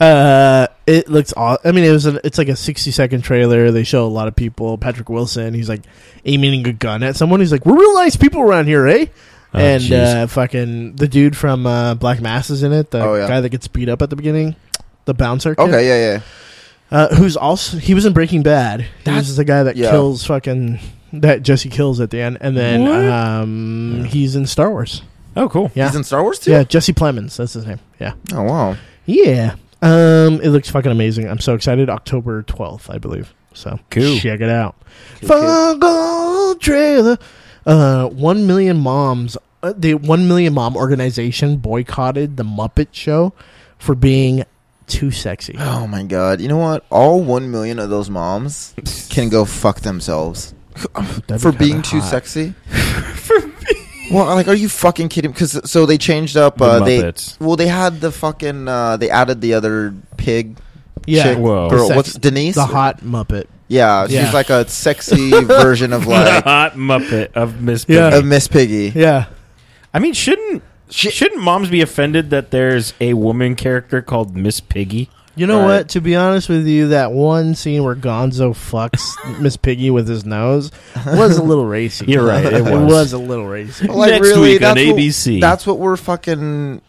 Speaker 2: uh, it looks. Aw- I mean, it was. An, it's like a sixty-second trailer. They show a lot of people. Patrick Wilson. He's like aiming a gun at someone. He's like, "We're real nice people around here, eh?"
Speaker 4: Oh,
Speaker 2: and
Speaker 4: jeez.
Speaker 2: uh, fucking the dude from uh, Black Mass is in it. The
Speaker 3: Oh, yeah.
Speaker 2: guy that gets beat up at the beginning. The bouncer. kid.
Speaker 3: Okay, yeah, yeah.
Speaker 2: Uh, who's also he was in Breaking Bad. He
Speaker 3: That's-
Speaker 2: was the guy that
Speaker 3: Yeah.
Speaker 2: kills fucking that Jesse kills at the end, and then um, he's in Star Wars.
Speaker 4: Oh, cool.
Speaker 2: Yeah.
Speaker 3: He's in Star Wars too.
Speaker 2: Yeah, Jesse Plemons. That's his name. Yeah.
Speaker 3: Oh wow.
Speaker 2: Yeah. Um, it looks fucking amazing. I'm so excited. October 12th, I believe. So
Speaker 4: Cool.
Speaker 2: check it out.
Speaker 3: Cool,
Speaker 2: Fungal trailer. Uh, one million moms. Uh, the one million mom organization boycotted the Muppet Show for being too sexy.
Speaker 3: Oh my god. You know what? All one million of those moms can go fuck themselves
Speaker 2: That'd be
Speaker 3: for
Speaker 2: kinda
Speaker 3: being too
Speaker 2: hot.
Speaker 3: sexy. Well, like, are you fucking kidding? Because so they changed up. Uh,
Speaker 4: the
Speaker 3: they
Speaker 4: Muppets.
Speaker 3: well, they had the fucking. Uh, they added the other pig.
Speaker 2: Yeah.
Speaker 3: chick
Speaker 4: Whoa.
Speaker 3: girl.
Speaker 2: Oh. The
Speaker 3: What's
Speaker 2: sex-
Speaker 3: Denise?
Speaker 2: The hot Muppet.
Speaker 3: Yeah,
Speaker 2: Yeah.
Speaker 3: she's like a sexy version of like
Speaker 4: hot Muppet of Miss.
Speaker 2: Yeah.
Speaker 4: Piggy.
Speaker 3: of Miss Piggy.
Speaker 2: Yeah.
Speaker 4: I mean, shouldn't
Speaker 3: She-
Speaker 4: shouldn't moms be offended that there's a woman character called Miss Piggy?
Speaker 2: You know
Speaker 3: Right.
Speaker 2: what? To be honest with you, that one scene where Gonzo fucks Miss Piggy with his nose was a little racy.
Speaker 4: You're right, it
Speaker 2: It
Speaker 4: was.
Speaker 2: was a little racy.
Speaker 3: Like
Speaker 4: Next
Speaker 3: really,
Speaker 4: week on
Speaker 3: that's what-
Speaker 4: ABC.
Speaker 3: that's what we're fucking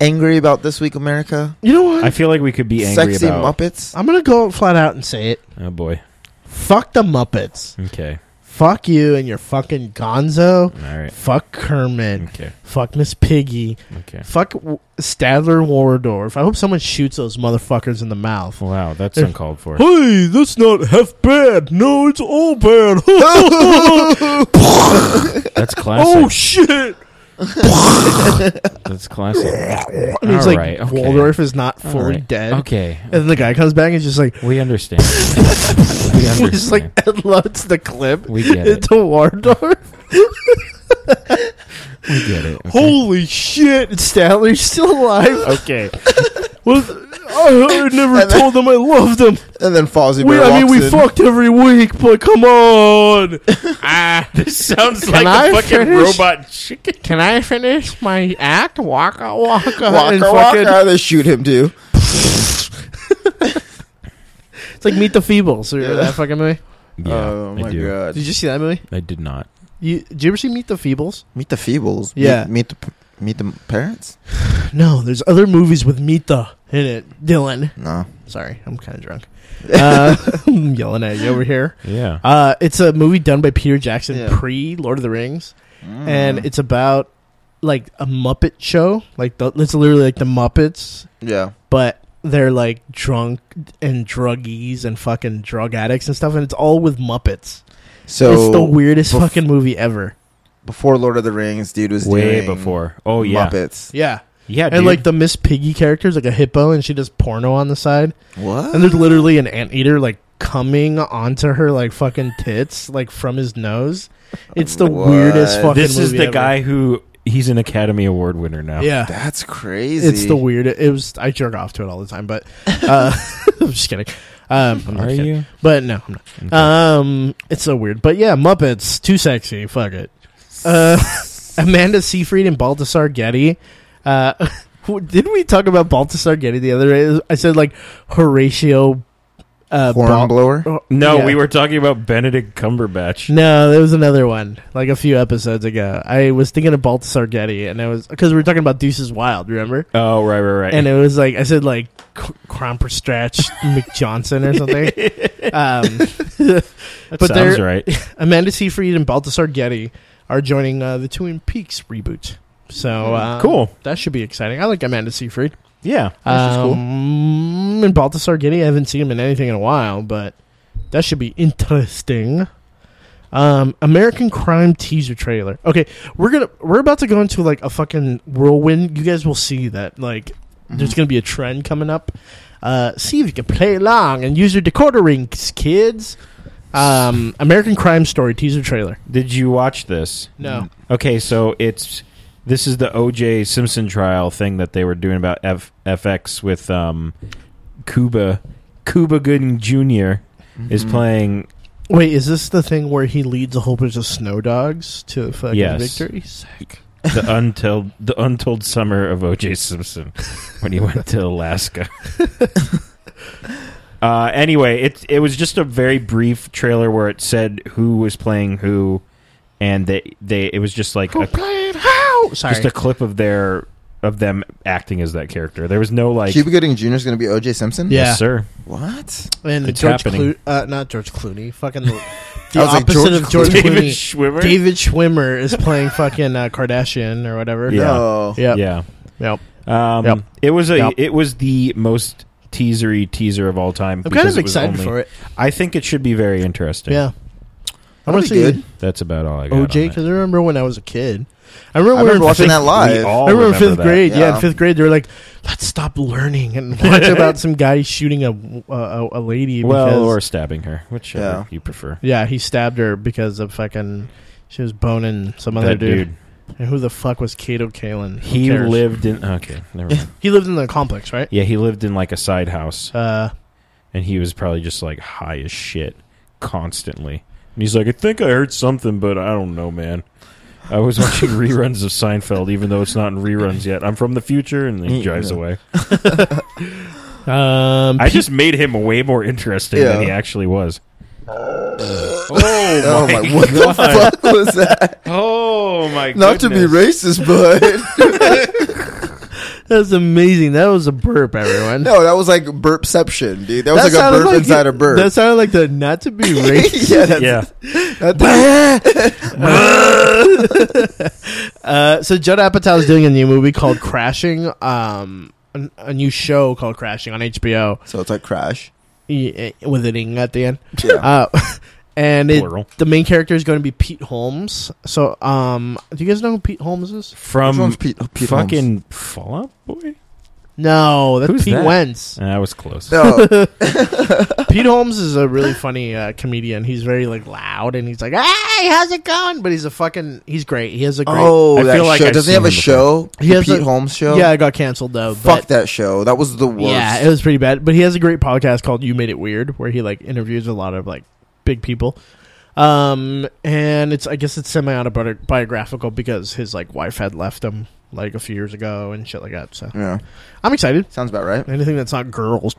Speaker 3: angry about this week, America.
Speaker 2: You know what?
Speaker 4: I feel like we could be angry
Speaker 3: Sexy
Speaker 4: about.
Speaker 3: Muppets.
Speaker 2: I'm gonna go flat out and say it.
Speaker 4: Oh boy.
Speaker 2: Fuck the Muppets.
Speaker 4: Okay.
Speaker 2: Fuck you and your fucking Gonzo.
Speaker 4: All right.
Speaker 2: Fuck Kermit.
Speaker 4: Okay.
Speaker 2: Fuck Miss Piggy.
Speaker 4: Okay.
Speaker 2: Fuck W- Stadler Waldorf. I hope someone shoots those motherfuckers in the mouth.
Speaker 4: Wow, that's
Speaker 2: If-
Speaker 4: uncalled for.
Speaker 2: Hey, that's not half bad. No, it's all bad.
Speaker 4: That's classic.
Speaker 2: oh shit!
Speaker 4: that's classic.
Speaker 2: And he's
Speaker 4: All
Speaker 2: like,
Speaker 4: right, okay.
Speaker 2: Waldorf is not
Speaker 4: All
Speaker 2: fully
Speaker 4: right.
Speaker 2: dead.
Speaker 4: Okay.
Speaker 2: And then the guy comes back and he's just like,
Speaker 4: We understand. we
Speaker 2: he just like
Speaker 4: understand.
Speaker 2: loads the clip
Speaker 4: We get it.
Speaker 2: into Waldorf.
Speaker 4: We get it. Okay.
Speaker 2: Holy shit, Stanley's still alive.
Speaker 4: Okay.
Speaker 2: Well, I, I never
Speaker 3: And then-
Speaker 2: told them I loved them.
Speaker 3: And then Fozzie
Speaker 2: We,
Speaker 3: Bear
Speaker 2: I mean,
Speaker 3: walks
Speaker 2: we
Speaker 3: in.
Speaker 2: fucked every week, but come on.
Speaker 4: ah, this sounds
Speaker 2: Can
Speaker 4: like
Speaker 2: I
Speaker 4: a fucking
Speaker 2: finish?
Speaker 4: robot chicken.
Speaker 2: Can I finish my act? Waka waka.
Speaker 3: Walker,
Speaker 2: and fucking-
Speaker 3: Walker, they shoot him too.
Speaker 2: It's like Meet the Feebles. Or
Speaker 3: Yeah.
Speaker 2: that fucking movie.
Speaker 4: Yeah,
Speaker 3: oh
Speaker 4: I
Speaker 3: my
Speaker 4: do.
Speaker 3: god!
Speaker 2: Did you see that movie?
Speaker 4: I did not.
Speaker 2: You, did you ever see Meet the Feebles?
Speaker 3: Meet the Feebles.
Speaker 2: Yeah.
Speaker 3: Meet, meet the p- meet the parents.
Speaker 2: No, there's other movies with Meet the in it. Dylan.
Speaker 3: No.
Speaker 2: Sorry, I'm kind of drunk. Uh, I'm yelling at you over here.
Speaker 4: Yeah.
Speaker 2: Uh, it's a movie done by Peter Jackson
Speaker 3: Yeah.
Speaker 2: pre Lord of the Rings,
Speaker 3: Mm.
Speaker 2: and it's about like a Muppet show. Like the, it's literally like the Muppets,
Speaker 3: yeah.
Speaker 2: but they're like drunk and druggies and fucking drug addicts and stuff, and it's all with Muppets.
Speaker 3: So
Speaker 2: it's the weirdest
Speaker 3: bef-
Speaker 2: fucking movie ever.
Speaker 3: before Lord of the Rings, dude was
Speaker 4: way
Speaker 3: doing
Speaker 4: before. Oh yeah,
Speaker 3: Muppets.
Speaker 2: Yeah.
Speaker 3: Ah,
Speaker 4: yeah,
Speaker 2: and
Speaker 4: dude.
Speaker 2: like the Miss Piggy character is like a hippo, and she does porno on the side.
Speaker 3: What?
Speaker 2: And there's literally an anteater like coming onto her like fucking tits like from his nose. It's the
Speaker 3: What?
Speaker 2: weirdest fucking.
Speaker 4: this is
Speaker 2: movie
Speaker 4: the
Speaker 2: ever.
Speaker 4: guy who he's an Academy Award winner now.
Speaker 2: Yeah,
Speaker 3: That's crazy.
Speaker 2: it's the weirdest. It was I jerk off to it all the time, but uh, I'm just kidding. Um, I'm not
Speaker 4: Are
Speaker 2: kidding.
Speaker 4: you?
Speaker 2: But no, I'm not. Um, it's so weird. But yeah, Muppets, too sexy. Fuck it. Uh, Amanda Seyfried and Baltasar Getty. Uh, who- didn't we talk about Baltasar Getty the other day? I said like Horatio. Uh, Bal-
Speaker 3: hornblower.
Speaker 2: Oh,
Speaker 4: No,
Speaker 2: yeah.
Speaker 4: we were talking about Benedict Cumberbatch.
Speaker 2: No, there was another one like a few episodes ago. I was thinking of Baltasar Getty, and I was because we were talking about Deuces Wild, remember?
Speaker 4: Oh right, right, right.
Speaker 2: And it was like I said, like K- Cromperstratch McJohnson or something. Um,
Speaker 4: that
Speaker 2: but
Speaker 4: sounds
Speaker 2: there-
Speaker 4: right.
Speaker 2: Amanda Seyfried and Baltasar Getty are joining uh, the Twin Peaks reboot. So uh,
Speaker 4: Hmm. cool.
Speaker 2: that should be exciting. I like Amanda Seyfried.
Speaker 4: Yeah,
Speaker 3: That's just cool.
Speaker 2: Um, And Baltasar Getty, I haven't seen him in anything in a while, but that should be interesting. Um, American Crime teaser trailer. Okay, we're gonna we're about to go into like a fucking whirlwind. You guys will see that like there's gonna be a trend coming up. Uh, see if you can play along and use your decoder rings, kids. Um, American Crime Story teaser trailer.
Speaker 4: Did you watch this?
Speaker 2: No.
Speaker 4: Okay, so it's this is the O.J. Simpson trial thing that they were doing about F- FX with um, Cuba Cuba Gooding junior
Speaker 3: Mm-hmm.
Speaker 4: is playing.
Speaker 2: Mm. Wait, is this the thing where he leads a whole bunch of snow dogs to fucking
Speaker 4: Yes.
Speaker 2: victory? Sick.
Speaker 4: The untold, the untold summer of O.J. Simpson when he went to Alaska. uh, anyway, it it was just a very brief trailer where it said who was playing who, and they they it was just like
Speaker 2: Who
Speaker 4: a
Speaker 2: played how? Oh, Sorry.
Speaker 4: just a clip of their of them acting as that character. There was no like
Speaker 3: Cuba Gooding Jr. is going to be O.J. Simpson.
Speaker 2: Yeah.
Speaker 4: yes, sir.
Speaker 3: What?
Speaker 2: And
Speaker 4: It's
Speaker 2: George
Speaker 4: happening.
Speaker 2: Clooney, uh, not George Clooney, fucking the, the
Speaker 3: I was like,
Speaker 2: opposite
Speaker 3: George
Speaker 2: of George
Speaker 3: Clooney.
Speaker 2: Clooney.
Speaker 4: David
Speaker 2: David,
Speaker 4: Schwimmer.
Speaker 2: Schwimmer is playing fucking uh, Kardashian or whatever.
Speaker 4: Yeah. Oh.
Speaker 3: No.
Speaker 2: Yep.
Speaker 4: Yeah.
Speaker 2: Yep.
Speaker 4: Um
Speaker 2: Yep.
Speaker 4: it was a
Speaker 2: Yep.
Speaker 4: it was the most teasery teaser of all time.
Speaker 2: I'm kind
Speaker 4: because
Speaker 2: of
Speaker 4: it was
Speaker 2: excited
Speaker 4: only-
Speaker 2: for it.
Speaker 4: I think it should be very interesting.
Speaker 2: Yeah. I
Speaker 3: That'll
Speaker 2: want
Speaker 3: be
Speaker 2: to see
Speaker 3: good.
Speaker 4: That's about all I got.
Speaker 2: OJ
Speaker 4: on
Speaker 2: because I remember when I was a kid. I remember,
Speaker 3: I
Speaker 2: we were in
Speaker 3: remember watching
Speaker 2: fifth-
Speaker 3: that live.
Speaker 4: We all
Speaker 2: I remember, in
Speaker 4: remember
Speaker 2: fifth
Speaker 4: that.
Speaker 2: grade. Yeah.
Speaker 3: Yeah.
Speaker 2: in fifth grade they were like, "Let's stop learning and watch about some guy shooting a a, a lady."
Speaker 4: Well,
Speaker 2: because,
Speaker 4: or stabbing her, whichever
Speaker 3: Yeah.
Speaker 4: you prefer.
Speaker 2: yeah, he stabbed her because of fucking she was boning some other
Speaker 4: That
Speaker 2: dude.
Speaker 4: dude.
Speaker 2: And who the fuck was Kato Kalin? Who
Speaker 4: He
Speaker 2: cares?
Speaker 4: lived in okay, never mind.
Speaker 2: He lived in the complex, right?
Speaker 4: yeah, he lived in like a side house
Speaker 2: Uh,
Speaker 4: and he was probably just like high as shit constantly. And he's like, I think I heard something, but I don't know, man. I was watching reruns of Seinfeld, even though it's not in reruns yet. I'm from the future, and then he
Speaker 3: Mm,
Speaker 4: drives
Speaker 3: yeah.
Speaker 4: away.
Speaker 2: um,
Speaker 4: I just made him way more interesting than
Speaker 3: Yeah.
Speaker 4: he actually was.
Speaker 3: Oh my! What the fuck was that?
Speaker 4: Oh my!
Speaker 3: Not to be racist, but
Speaker 2: that was amazing. That was a burp, everyone.
Speaker 3: no, that was like burpception, dude. That was like a
Speaker 2: sounded
Speaker 3: burp inside a burp.
Speaker 2: That sounded like the not to be racist.
Speaker 3: yeah, that's,
Speaker 4: Yeah,
Speaker 3: that- that-
Speaker 2: uh, so Judd Apatow is doing a new movie called Crashing. Um, a, a new show called Crashing on HBO
Speaker 3: so it's like crash.
Speaker 2: eh, with an ing at the end.
Speaker 3: Yeah.
Speaker 2: Uh, and it,
Speaker 4: Plural.
Speaker 2: the main character is going to be Pete Holmes. So, um, do you guys know who Pete Holmes is?
Speaker 3: Which
Speaker 4: from
Speaker 3: one's Pete- oh, Pete Holmes?
Speaker 4: Um, fucking Fallout Boy.
Speaker 2: No, that's
Speaker 4: Who's
Speaker 2: Pete
Speaker 4: that?
Speaker 2: Wentz.
Speaker 4: That was close.
Speaker 3: No,
Speaker 2: Pete Holmes is a really funny uh, comedian. He's very like loud and he's like, "Hey, how's it going?" But he's a fucking he's great. He has a great
Speaker 3: oh,
Speaker 4: I
Speaker 3: that
Speaker 4: feel like
Speaker 3: show.
Speaker 4: I've
Speaker 3: Doesn't he
Speaker 4: seen
Speaker 3: have a
Speaker 4: him before.
Speaker 3: show?
Speaker 2: He
Speaker 3: The
Speaker 2: has
Speaker 3: Pete
Speaker 2: a-
Speaker 3: Holmes show.
Speaker 2: Yeah, it got canceled though.
Speaker 3: Fuck
Speaker 2: but-
Speaker 3: that show. That was the worst.
Speaker 2: Yeah, it was pretty bad. But he has a great podcast called "You Made It Weird," where he like interviews a lot of like big people. Um, and it's I guess it's semi autobiographical because his like wife had left him like a few years ago and shit like that. So
Speaker 3: yeah,
Speaker 2: I'm excited.
Speaker 3: sounds about right.
Speaker 2: Anything that's not girls.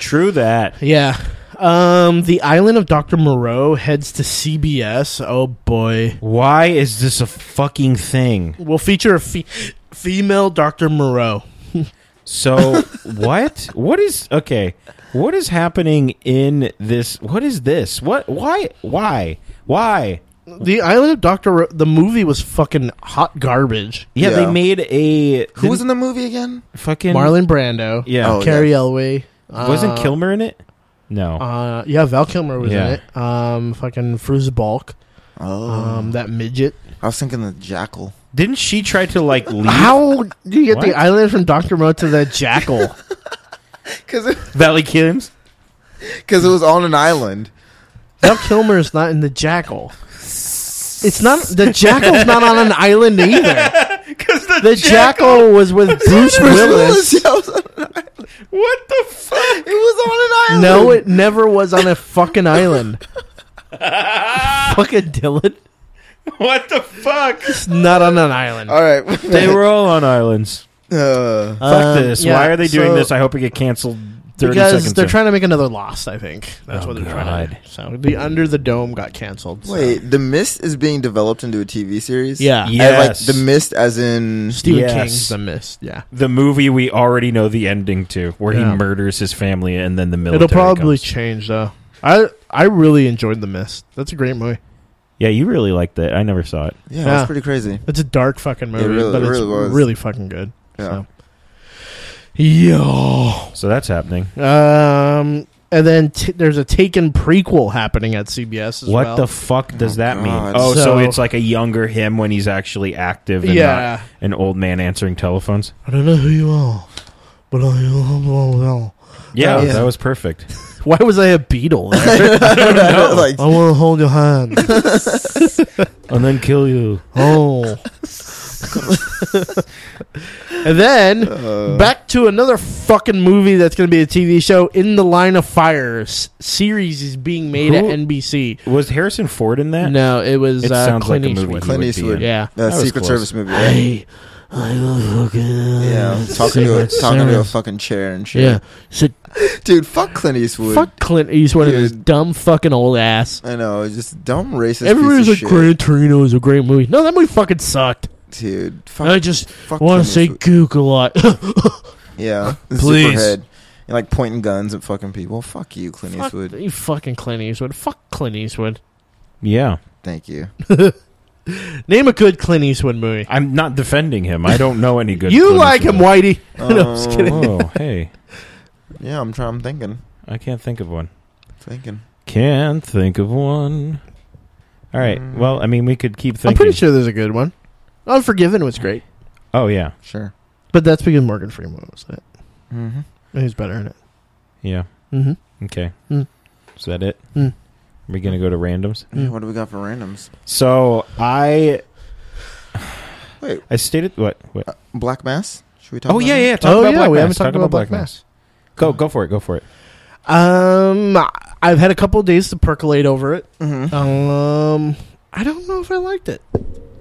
Speaker 4: True that.
Speaker 2: Yeah. Um, the island of Dr. Moreau heads to CBS. Oh boy.
Speaker 4: Why is this a fucking thing?
Speaker 2: We'll feature a fe- female Dr. Moreau.
Speaker 4: So what? What is okay? What is happening in this? What is this? What? Why? Why? Why?
Speaker 2: The island of Dr. Moreau, the movie was fucking hot garbage.
Speaker 4: Yeah,
Speaker 3: Yeah.
Speaker 4: they made a
Speaker 3: Who was in the movie again?
Speaker 4: fucking
Speaker 2: Marlon Brando.
Speaker 4: Yeah,
Speaker 3: Oh,
Speaker 2: Carrie Elway. uh,
Speaker 4: wasn't Kilmer in it? No,
Speaker 2: Uh, yeah, Val Kilmer was
Speaker 4: Yeah.
Speaker 2: in it. Um, fucking Fruza Balk.
Speaker 3: Oh,
Speaker 2: Um, that midget.
Speaker 3: I was thinking the jackal.
Speaker 4: Didn't she try to like leave?
Speaker 2: How do you get the
Speaker 4: What?
Speaker 2: island from Doctor Mo to the jackal?
Speaker 3: Because it,
Speaker 4: Valley Kilms?
Speaker 3: 'cause it was on an island.
Speaker 2: Val Kilmer is not in the jackal. It's not the jackal's not on an island either.
Speaker 4: Because the,
Speaker 2: The jackal, was with Bruce Willis.
Speaker 3: Yeah, it was on an island.
Speaker 4: What the fuck?
Speaker 3: It was on an island.
Speaker 2: No, it never was on a fucking island. fucking Dylan,
Speaker 4: What the fuck?
Speaker 2: it's not on an island.
Speaker 3: All right.
Speaker 4: They were all on islands.
Speaker 3: Uh,
Speaker 4: Fuck
Speaker 2: Um,
Speaker 4: this.
Speaker 2: yeah,
Speaker 4: Why are they doing
Speaker 2: so-
Speaker 4: this? I hope it get canceled 30
Speaker 2: Because
Speaker 4: seconds
Speaker 2: they're
Speaker 4: in.
Speaker 2: trying to make another Lost. I think that's
Speaker 4: Oh,
Speaker 2: what they're trying to.
Speaker 4: God.
Speaker 2: do. So the Under the Dome got canceled. so-
Speaker 3: wait, The Mist is being developed into a TV series?
Speaker 2: yeah,
Speaker 4: Yeah.
Speaker 3: And, like
Speaker 4: Yes.
Speaker 3: The Mist as in
Speaker 2: Stephen
Speaker 4: Yes.
Speaker 2: King's The Mist. Yeah,
Speaker 4: The movie we already know the ending to, where
Speaker 2: Yeah.
Speaker 4: he murders his family and then the military.
Speaker 2: it'll probably
Speaker 4: comes.
Speaker 2: change though. I I really enjoyed The Mist. That's a great movie.
Speaker 4: Yeah, you really liked that. I never saw it.
Speaker 3: Yeah,
Speaker 2: Yeah.
Speaker 3: that's pretty crazy.
Speaker 2: It's a dark fucking movie,
Speaker 3: really-
Speaker 2: but
Speaker 3: it
Speaker 2: it's
Speaker 3: really was.
Speaker 2: really fucking good.
Speaker 3: Yeah.
Speaker 2: So. Yo.
Speaker 4: So that's happening.
Speaker 2: Um, and then t- there's a Taken prequel happening at CBS as
Speaker 4: What
Speaker 2: well.
Speaker 4: the fuck does that mean?
Speaker 3: God.
Speaker 4: Oh, so,
Speaker 2: So-
Speaker 4: it's like a younger him when he's actually active and not
Speaker 2: yeah.
Speaker 4: an old man answering telephones.
Speaker 2: I don't know who you are, but I know.
Speaker 4: Yeah,
Speaker 3: Yeah.
Speaker 4: that was perfect.
Speaker 2: Why was I a beetle? there?
Speaker 3: like, uh,
Speaker 2: I want to hold your hand.
Speaker 4: and then kill you.
Speaker 2: Oh. and then back to another fucking movie that's going to be a TV show. In the Line of Fire s- series is being made at
Speaker 4: Who-
Speaker 2: NBC.
Speaker 4: Was Harrison Ford in that?
Speaker 2: No, it was
Speaker 4: It
Speaker 2: uh,
Speaker 4: sounds
Speaker 2: Clint
Speaker 4: like a movie.
Speaker 2: Eastwood.
Speaker 4: he
Speaker 3: Clint
Speaker 4: would be
Speaker 3: Eastwood.
Speaker 4: in.
Speaker 2: Yeah.
Speaker 3: the
Speaker 4: That was
Speaker 3: Secret
Speaker 4: close.
Speaker 3: Service movie. right?
Speaker 2: Hey, I will fucking
Speaker 3: Yeah, talking to a, talking to a fucking chair and shit.
Speaker 2: yeah. So
Speaker 3: dude, fuck Clint Eastwood.
Speaker 2: fuck Clint Eastwood and his
Speaker 3: Dude.
Speaker 2: dumb fucking old ass.
Speaker 3: I know, just dumb racist.
Speaker 2: Everybody's like,
Speaker 3: piece of
Speaker 2: "Gran Torino is a great movie." No, that movie fucking sucked.
Speaker 3: shit. dude. Fuck,
Speaker 2: I just
Speaker 3: fuck
Speaker 2: want
Speaker 3: Clint
Speaker 2: to say
Speaker 3: Eastwood.
Speaker 2: "gook" a lot.
Speaker 3: yeah,
Speaker 1: Please.
Speaker 3: Superhead. You're like pointing guns at fucking people. Fuck you, Clint
Speaker 2: Fuck
Speaker 3: Eastwood.
Speaker 2: you, fucking Clint Eastwood. Fuck Clint Eastwood.
Speaker 4: Yeah.
Speaker 3: Thank you.
Speaker 2: Name a good Clint Eastwood movie.
Speaker 4: I'm not defending him. I don't know any good.
Speaker 2: you
Speaker 4: Clint
Speaker 2: like him,
Speaker 4: Eastwood.
Speaker 2: Whitey? no, I'm just
Speaker 3: Um,
Speaker 2: kidding.
Speaker 4: Whoa, hey.
Speaker 3: Yeah, I'm trying. I'm thinking,
Speaker 4: I can't think of one.
Speaker 3: thinking.
Speaker 4: Can't think of one. All right.
Speaker 3: Mm.
Speaker 4: Well, I mean, we could keep thinking.
Speaker 2: I'm pretty sure there's a good one. Unforgiven was great,
Speaker 4: Oh yeah,
Speaker 3: Sure.
Speaker 2: but that's because Morgan Freeman was in it.
Speaker 3: Mm-hmm.
Speaker 2: And He's better in it.
Speaker 4: yeah.
Speaker 2: Mm-hmm.
Speaker 4: Okay.
Speaker 2: Mm.
Speaker 4: Is that it?
Speaker 2: Mm.
Speaker 4: Are we gonna go to randoms?
Speaker 2: Mm.
Speaker 3: What do we got for randoms?
Speaker 4: So I.
Speaker 3: Wait.
Speaker 4: I stated what? what?
Speaker 3: Uh, Black Mass. Should we talk?
Speaker 4: Oh
Speaker 3: about
Speaker 4: yeah,
Speaker 3: it?
Speaker 4: yeah. Talk
Speaker 2: Oh,
Speaker 4: about
Speaker 2: yeah,
Speaker 4: Black
Speaker 2: we
Speaker 4: Mass.
Speaker 2: haven't
Speaker 4: Talk
Speaker 2: talked
Speaker 4: about
Speaker 2: about
Speaker 4: Black
Speaker 2: Black
Speaker 4: Mass. Go, go for it. Go for it.
Speaker 2: Um, I- I've had a couple days to percolate over it.
Speaker 3: Mhm.
Speaker 2: Um, I don't know if I liked it.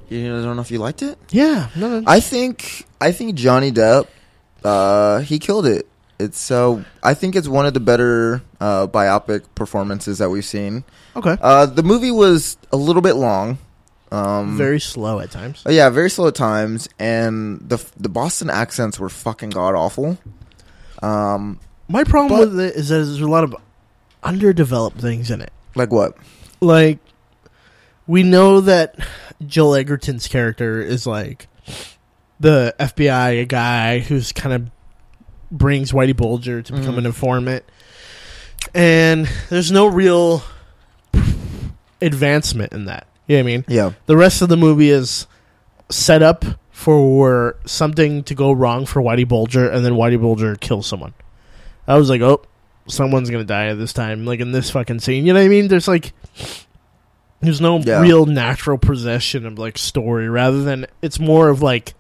Speaker 3: You don't know if you liked it.
Speaker 2: Yeah, no, no.
Speaker 3: I think I think Johnny Depp, uh, he killed it. It's so I think it's one of the better uh, biopic performances that we've seen.
Speaker 2: okay.
Speaker 3: Uh, the movie was a little bit long. Um,
Speaker 2: Very slow at times.
Speaker 3: oh, yeah, very slow at times, and the the Boston accents were fucking god awful. Um,
Speaker 2: My problem
Speaker 3: But-
Speaker 2: with it is that there's a lot of underdeveloped things in it.
Speaker 3: like what?
Speaker 2: Like, we know that Joel Egerton's character is like the FBI guy who's kind of brings Whitey Bulger to become
Speaker 3: Mhm.
Speaker 2: an informant, and there's no real advancement in that. You know what I mean?
Speaker 3: Yeah,
Speaker 2: the rest of the movie is set up for something to go wrong for Whitey Bulger, and then Whitey Bulger kills someone. I was like, oh, someone's gonna die at this time, like in this fucking scene. You know what I mean? There's like, there's no
Speaker 3: Yeah.
Speaker 2: real natural possession of like story, rather than it's more of like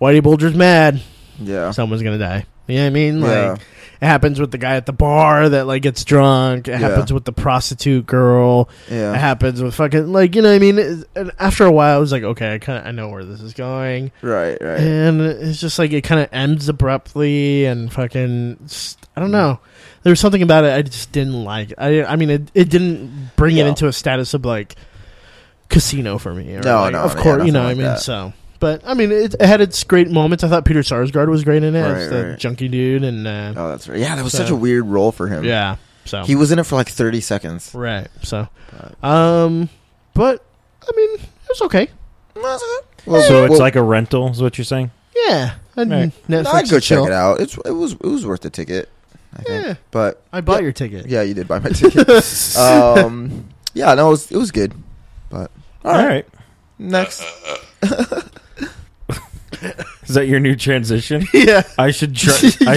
Speaker 2: Whitey Bulger's mad,
Speaker 3: yeah,
Speaker 2: someone's gonna die. You know what I mean? Like
Speaker 3: Uh. yeah,
Speaker 2: it happens with the guy at the bar that like gets drunk. It
Speaker 3: Yeah.
Speaker 2: happens with the prostitute girl. It
Speaker 3: yeah.
Speaker 2: happens with fucking like you know what I mean. It- And after a while, I was like, okay, I kind of I know where this is going,
Speaker 3: Right, right.
Speaker 2: and it's just like it kind of ends abruptly and fucking just- I don't know. There was something about it I just didn't like. I I mean, it it didn't bring it
Speaker 3: Yeah.
Speaker 2: into a status of like casino for me. Or
Speaker 3: No,
Speaker 2: like,
Speaker 3: no,
Speaker 2: of
Speaker 3: yeah,
Speaker 2: course you know.
Speaker 3: nothing
Speaker 2: what I
Speaker 3: like
Speaker 2: mean,
Speaker 3: that.
Speaker 2: so but I mean, it, it had its great moments. I thought Peter Sarsgaard was great in it, as
Speaker 3: Right,
Speaker 2: the
Speaker 3: right.
Speaker 2: junkie dude, and uh,
Speaker 3: Oh, that's right. Yeah, that was
Speaker 2: So-
Speaker 3: such a weird role for him.
Speaker 2: yeah, so
Speaker 3: he was in it for like thirty seconds.
Speaker 2: right, so um, but I mean, it was okay.
Speaker 3: Well,
Speaker 4: so it's
Speaker 3: well,
Speaker 4: like a rental. Is what you're saying?
Speaker 2: Yeah, and
Speaker 4: Right.
Speaker 2: Netflix.
Speaker 3: I'd go
Speaker 2: and chill.
Speaker 3: check it out. It's it was it was worth the ticket. I think.
Speaker 2: Yeah.
Speaker 3: But
Speaker 2: I bought your ticket.
Speaker 3: yeah, you did buy my ticket. um, yeah, no, it was it was good. But
Speaker 4: All
Speaker 3: right.
Speaker 4: right.
Speaker 3: next,
Speaker 4: Is that your new transition?
Speaker 2: Yeah.
Speaker 4: I should try. I should.
Speaker 3: yeah,
Speaker 4: I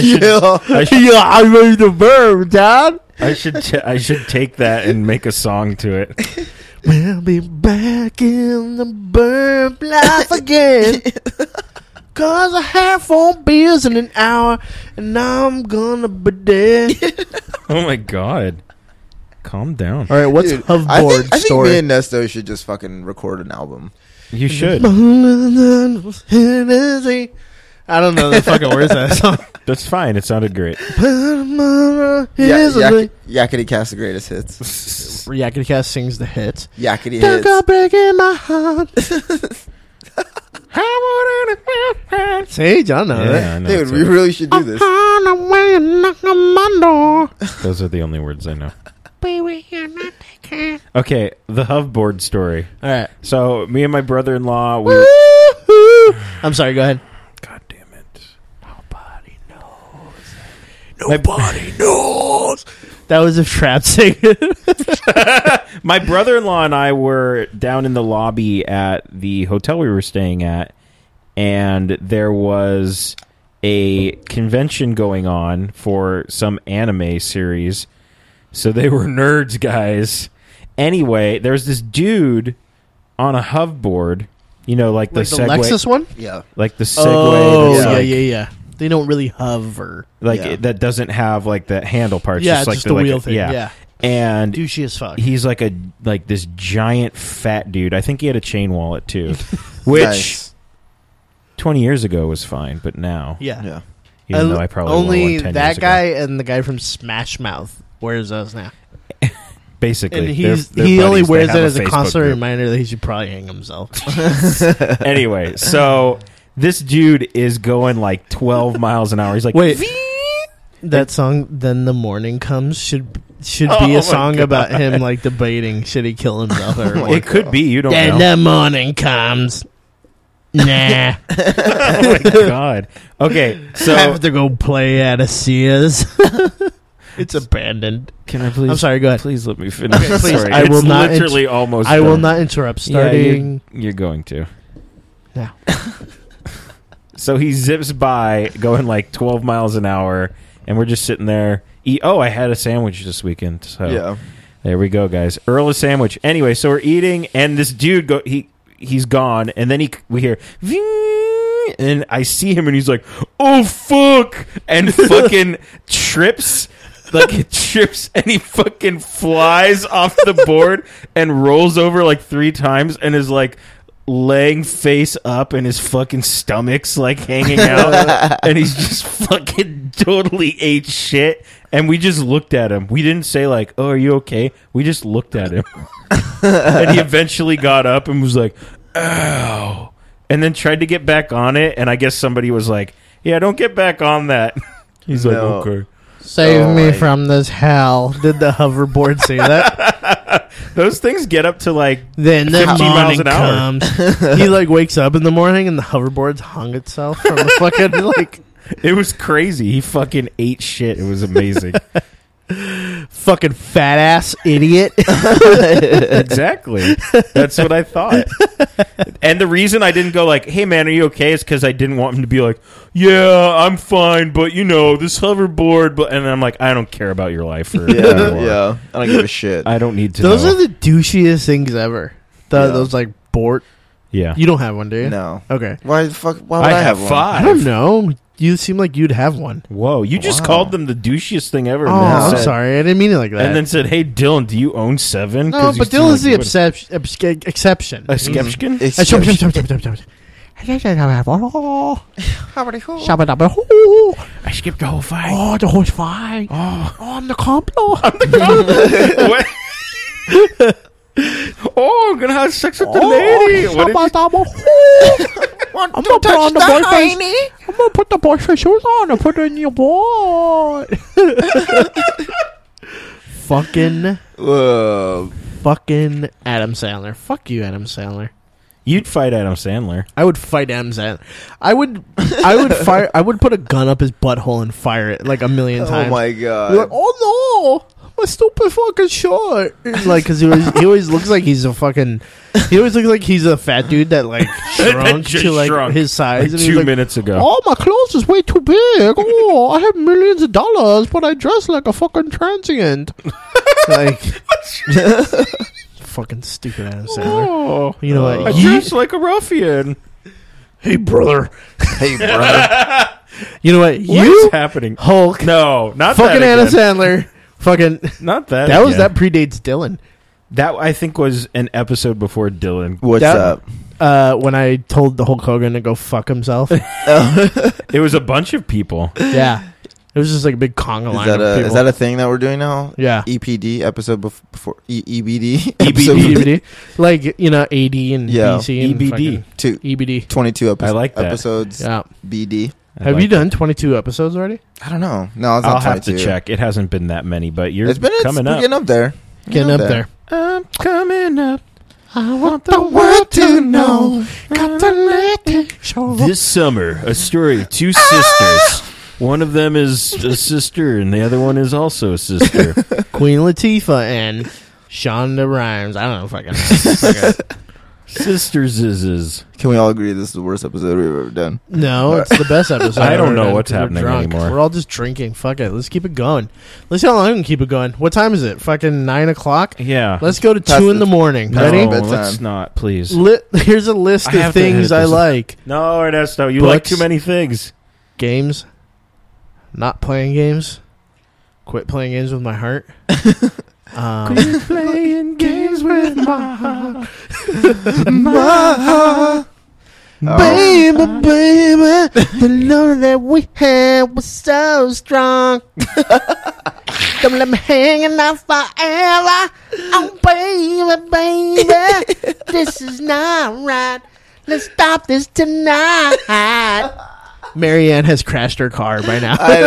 Speaker 4: should.
Speaker 3: yeah, I made the verb, Dad.
Speaker 4: I should. T- I should take that and make a song to it.
Speaker 2: We'll be back in the burp life again. Cause I have four beers in an hour and I'm gonna be dead.
Speaker 4: Oh my god! Calm down.
Speaker 2: All right, what's
Speaker 3: Dude,
Speaker 2: hoverboard
Speaker 3: I think, I think
Speaker 2: story?
Speaker 3: me and Nesto should just fucking record an album.
Speaker 4: You should.
Speaker 2: I don't know the fucking words of that song.
Speaker 4: That's fine. It sounded great.
Speaker 3: Yeah,
Speaker 2: Yakety
Speaker 3: Yak- Yakety Cast the greatest hits.
Speaker 2: Cast sings the hits.
Speaker 3: Yakety
Speaker 2: Don't
Speaker 3: hits.
Speaker 2: go breaking my heart. See, John know
Speaker 4: Yeah, I know,
Speaker 3: Dude,
Speaker 4: it's Uh-huh.
Speaker 3: we
Speaker 4: all right.
Speaker 3: really should do
Speaker 2: that.
Speaker 3: this.
Speaker 2: On the way and knock on my door.
Speaker 4: Those are the only words I know.
Speaker 2: Baby, you're not taking.
Speaker 4: Okay, the hoverboard story.
Speaker 2: All right.
Speaker 4: So me and my brother-in-law, we
Speaker 2: Woo-hoo. I'm sorry. Go ahead.
Speaker 4: God damn it.
Speaker 2: Nobody knows. Nobody knows. That was a trap singer.
Speaker 4: My brother-in-law and I were down in the lobby at the hotel we were staying at, and there was a convention going on for some anime series. So they were nerds, guys. Anyway, there's this dude on a hoverboard, you know, like the
Speaker 2: like the
Speaker 4: Segway,
Speaker 2: Lexus one.
Speaker 3: Yeah.
Speaker 4: like the Segway.
Speaker 2: Oh
Speaker 4: that's
Speaker 2: yeah,
Speaker 4: like-
Speaker 2: yeah, yeah. They don't really hover.
Speaker 4: like
Speaker 3: Yeah.
Speaker 4: it, that doesn't have like the handle parts.
Speaker 2: yeah,
Speaker 4: just, like
Speaker 2: just the
Speaker 4: like,
Speaker 2: wheel thing. Yeah.
Speaker 4: and
Speaker 2: douchey as fuck.
Speaker 4: he's like a like this giant fat dude. I think he had a chain wallet too, which
Speaker 3: Nice.
Speaker 4: twenty years ago was fine, but now
Speaker 2: yeah.
Speaker 3: Yeah.
Speaker 4: even
Speaker 2: Uh,
Speaker 4: though I probably wore
Speaker 2: only
Speaker 4: one 10
Speaker 2: that
Speaker 4: years ago.
Speaker 2: guy and the guy from Smash Mouth wears those now,
Speaker 4: basically
Speaker 2: and
Speaker 4: they're-
Speaker 2: he's
Speaker 4: they're
Speaker 2: he only
Speaker 4: buddies. They
Speaker 2: wears
Speaker 4: have
Speaker 2: it as a
Speaker 4: Facebook
Speaker 2: constant
Speaker 4: group.
Speaker 2: reminder that he should probably hang himself.
Speaker 4: anyway, so this dude is going like twelve miles an hour. He's like
Speaker 2: Wait, that song "Then the Morning Comes" should should be
Speaker 4: Oh my
Speaker 2: a song
Speaker 4: God.
Speaker 2: about him like debating should he kill himself or what.
Speaker 4: It could be you don't
Speaker 2: Then
Speaker 4: know.
Speaker 2: the morning comes. Nah,
Speaker 4: oh my god. Okay,
Speaker 2: I
Speaker 4: so
Speaker 2: have to go play at a Sears. it's abandoned.
Speaker 4: can I please?
Speaker 2: I'm sorry. Go ahead.
Speaker 4: Please let me finish.
Speaker 2: Okay, please,
Speaker 4: Sorry.
Speaker 2: I will
Speaker 4: It's
Speaker 2: not
Speaker 4: Literally, almost.
Speaker 2: I will
Speaker 4: done.
Speaker 2: not interrupt.
Speaker 4: Yeah, you're-
Speaker 2: Starting.
Speaker 4: you're, going to.
Speaker 2: Yeah.
Speaker 4: so he zips by going like 12 miles an hour, and we're just sitting there. Eat, oh, I had a sandwich this weekend. So
Speaker 3: Yeah.
Speaker 4: there we go, guys. Earl a sandwich. Anyway, so we're eating, and this dude go he he's gone, and then he we hear. "Ving," And I see him, and he's like, "Oh fuck!" and fucking trips, like it trips, and he fucking flies off the board and rolls over like three times, and is like laying face up, and his fucking stomach's like hanging out, and he's just fucking totally ate shit. And we just looked at him. We didn't say like, "Oh, are you okay?" We just looked at him and he eventually got up and was like, "Ow!" and then tried to get back on it. And I guess somebody was like, "Yeah, don't get back on that." He's like,
Speaker 3: No.
Speaker 4: "Okay."
Speaker 2: Save
Speaker 3: Oh,
Speaker 2: me
Speaker 3: my-
Speaker 2: from this hell. Did the hoverboard say that?
Speaker 4: Those things get up to like,
Speaker 2: then the
Speaker 4: 15 miles
Speaker 2: morning
Speaker 4: an hour.
Speaker 2: comes. he like wakes up in the morning and the hoverboard's hung itself from the fucking like
Speaker 4: it was crazy. He fucking ate shit. It was amazing.
Speaker 2: fucking fat ass idiot.
Speaker 4: exactly. That's what I thought. And the reason I didn't go like, "Hey man, are you okay?" is because I didn't want him to be like, "Yeah, I'm fine," but you know, this hoverboard. But and I'm like, I don't care about your life. Or
Speaker 3: Yeah. yeah. I don't give a shit.
Speaker 4: I don't need to.
Speaker 2: those
Speaker 4: know.
Speaker 2: are the douchiest things ever. The,
Speaker 3: Yeah.
Speaker 2: Those like board.
Speaker 4: yeah.
Speaker 2: You don't have one, do you?
Speaker 3: No.
Speaker 2: Okay.
Speaker 3: Why the fuck? Why would I, have, one?
Speaker 2: I don't know. You seem like you'd have one.
Speaker 4: Whoa, you just
Speaker 3: Wow.
Speaker 4: called them the douchiest thing ever.
Speaker 2: Oh,
Speaker 4: and then
Speaker 3: no.
Speaker 2: I'm
Speaker 4: said-
Speaker 2: sorry. I didn't mean it like that.
Speaker 4: And then said, "Hey, Dylan, do you own seven?
Speaker 2: no, but Dylan's the obsep- obsc- exception.
Speaker 4: a skeptican.
Speaker 3: It's
Speaker 2: Uh, shum- shum-
Speaker 3: just-
Speaker 2: shum- shum- shum- shum- shum. Shabba-dabba-hoo.
Speaker 4: I skipped the whole fight.
Speaker 2: Oh, the horse fight.
Speaker 4: Oh,
Speaker 2: Oh, I'm the complot. I'm the
Speaker 4: What? oh, I'm gonna have sex with the lady.
Speaker 2: oh,
Speaker 4: What did you-
Speaker 2: I'm gonna put on the boyfriend. I'm gonna put the boyfriend shoes on and put it in your boy. fucking,
Speaker 3: Whoa. Oh
Speaker 2: fucking Adam Sandler. Fuck you, Adam Sandler.
Speaker 4: You'd fight Adam Sandler.
Speaker 2: I would fight Adam Sandler. I would, I would fire. I would put a gun up his butthole and fire it like a million
Speaker 3: Oh
Speaker 2: times.
Speaker 3: my
Speaker 2: Be like,
Speaker 3: god.
Speaker 2: oh no, my stupid fucking short. Like, because he always, he always looks like he's a fucking. He always looks like he's a fat dude that like shrunk
Speaker 1: just
Speaker 2: to like
Speaker 1: shrunk.
Speaker 2: his size. and he's
Speaker 4: two
Speaker 2: like,
Speaker 4: minutes ago.
Speaker 2: Oh, my clothes is way too big. Oh, I have millions of dollars, but I dress like a fucking transient. like, fucking stupid Adam Sandler.
Speaker 4: Oh,
Speaker 2: You know,
Speaker 4: I
Speaker 2: like,
Speaker 4: dress like a ruffian.
Speaker 2: hey brother.
Speaker 3: Hey, brother.
Speaker 2: You know what?
Speaker 4: What
Speaker 2: you
Speaker 4: is happening?
Speaker 2: Hulk,
Speaker 4: No, not
Speaker 2: fucking
Speaker 4: that
Speaker 2: Adam
Speaker 4: again.
Speaker 2: Sandler, fucking.
Speaker 4: Not that.
Speaker 2: That was
Speaker 4: again.
Speaker 2: that predates Dylan.
Speaker 4: That I think was an episode before Dylan.
Speaker 3: What's
Speaker 2: That-
Speaker 3: up?
Speaker 2: Uh, when I told the Hulk Hogan to go fuck himself, Oh.
Speaker 4: It was a bunch of people.
Speaker 2: yeah, it was just like a big conga
Speaker 3: Is
Speaker 2: line.
Speaker 3: that,
Speaker 2: of
Speaker 3: a, is
Speaker 2: people.
Speaker 3: that a thing that we're doing now?
Speaker 2: yeah?
Speaker 3: EPD episode bef- before e- EBD
Speaker 2: EBD,
Speaker 3: episode
Speaker 2: E like you know, AD and
Speaker 3: Yeah.
Speaker 2: BC and
Speaker 4: EBD.
Speaker 2: fucking
Speaker 3: two,
Speaker 2: EBD.
Speaker 3: 22 episodes.
Speaker 4: I like that.
Speaker 3: episodes.
Speaker 2: Yeah.
Speaker 3: BD.
Speaker 4: I
Speaker 2: Have
Speaker 4: like
Speaker 2: you done 22 episodes already?
Speaker 3: I don't know. No, it's not
Speaker 4: I'll have
Speaker 3: 22.
Speaker 4: to check. It hasn't been that many, but you're
Speaker 3: It's been it's,
Speaker 4: coming
Speaker 3: we're
Speaker 4: up.
Speaker 3: Getting up there.
Speaker 2: Getting up there.
Speaker 4: I'm coming up.
Speaker 2: I
Speaker 4: want the world to know.
Speaker 2: Got to let it show.
Speaker 4: This summer, a story of two sisters. One of them is a sister, and the other one is also a sister.
Speaker 2: Queen Latifah and Shonda Rhimes. I don't know fucking. fucking-
Speaker 4: Sisters is is.
Speaker 3: Can we all agree this is the worst episode we've ever done?
Speaker 2: no, it's the best episode.
Speaker 4: I
Speaker 2: I've
Speaker 4: don't
Speaker 2: ever
Speaker 4: know
Speaker 2: done
Speaker 4: what's
Speaker 2: 'cause we're
Speaker 4: happening
Speaker 2: drunk.
Speaker 4: anymore.
Speaker 2: We're all just drinking. Fuck it. Let's keep it going. Let's see how long we can keep it going. What time is it? Fucking nine o'clock.
Speaker 4: Yeah.
Speaker 2: Let's go to
Speaker 3: Past
Speaker 2: two in
Speaker 3: the-
Speaker 2: the morning.
Speaker 4: no,
Speaker 2: Ready?
Speaker 3: bedtime.
Speaker 4: let's not, please.
Speaker 2: Li- here's a list
Speaker 4: I
Speaker 2: of
Speaker 4: have to
Speaker 2: things
Speaker 4: hit
Speaker 2: I
Speaker 4: this.
Speaker 2: like:
Speaker 4: No, Ernesto, you like
Speaker 2: Books.
Speaker 4: too many things.
Speaker 2: games, not playing games, quit playing games with my heart. Um,
Speaker 4: playing games with my heart.
Speaker 3: Oh,
Speaker 2: Baby, baby, the love that we had was so strong. Don't let me hanging out forever. Oh, baby, baby, this is not right. Let's stop this tonight. Marianne has crashed her car by now.
Speaker 3: I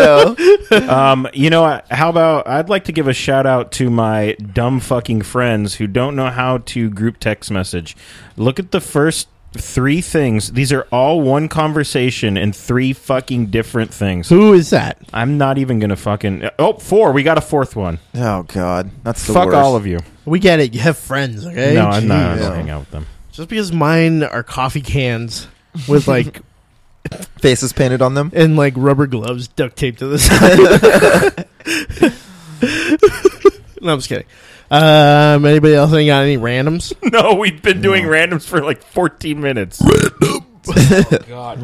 Speaker 3: know.
Speaker 4: Um, you know, I- how about I'd like to give a shout out to my dumb fucking friends who don't know how to group text message. Look at the first three things. These are all one conversation and three fucking different things.
Speaker 2: Who is that?
Speaker 4: I'm not even gonna fucking. Oh, four. We got a fourth one.
Speaker 3: oh God, that's the
Speaker 4: Fuck
Speaker 3: worst.
Speaker 4: all of you.
Speaker 2: We get it. You have friends, okay?
Speaker 4: no, I'm not. I
Speaker 3: jeez.
Speaker 4: don't hang out with them.
Speaker 2: Just because mine are coffee cans with like
Speaker 3: faces painted on them.
Speaker 2: and like rubber gloves duct taped to the side. no, I'm just kidding. Um, anybody else ain't got any randoms?
Speaker 4: No, we've been doing randoms for like 14 minutes.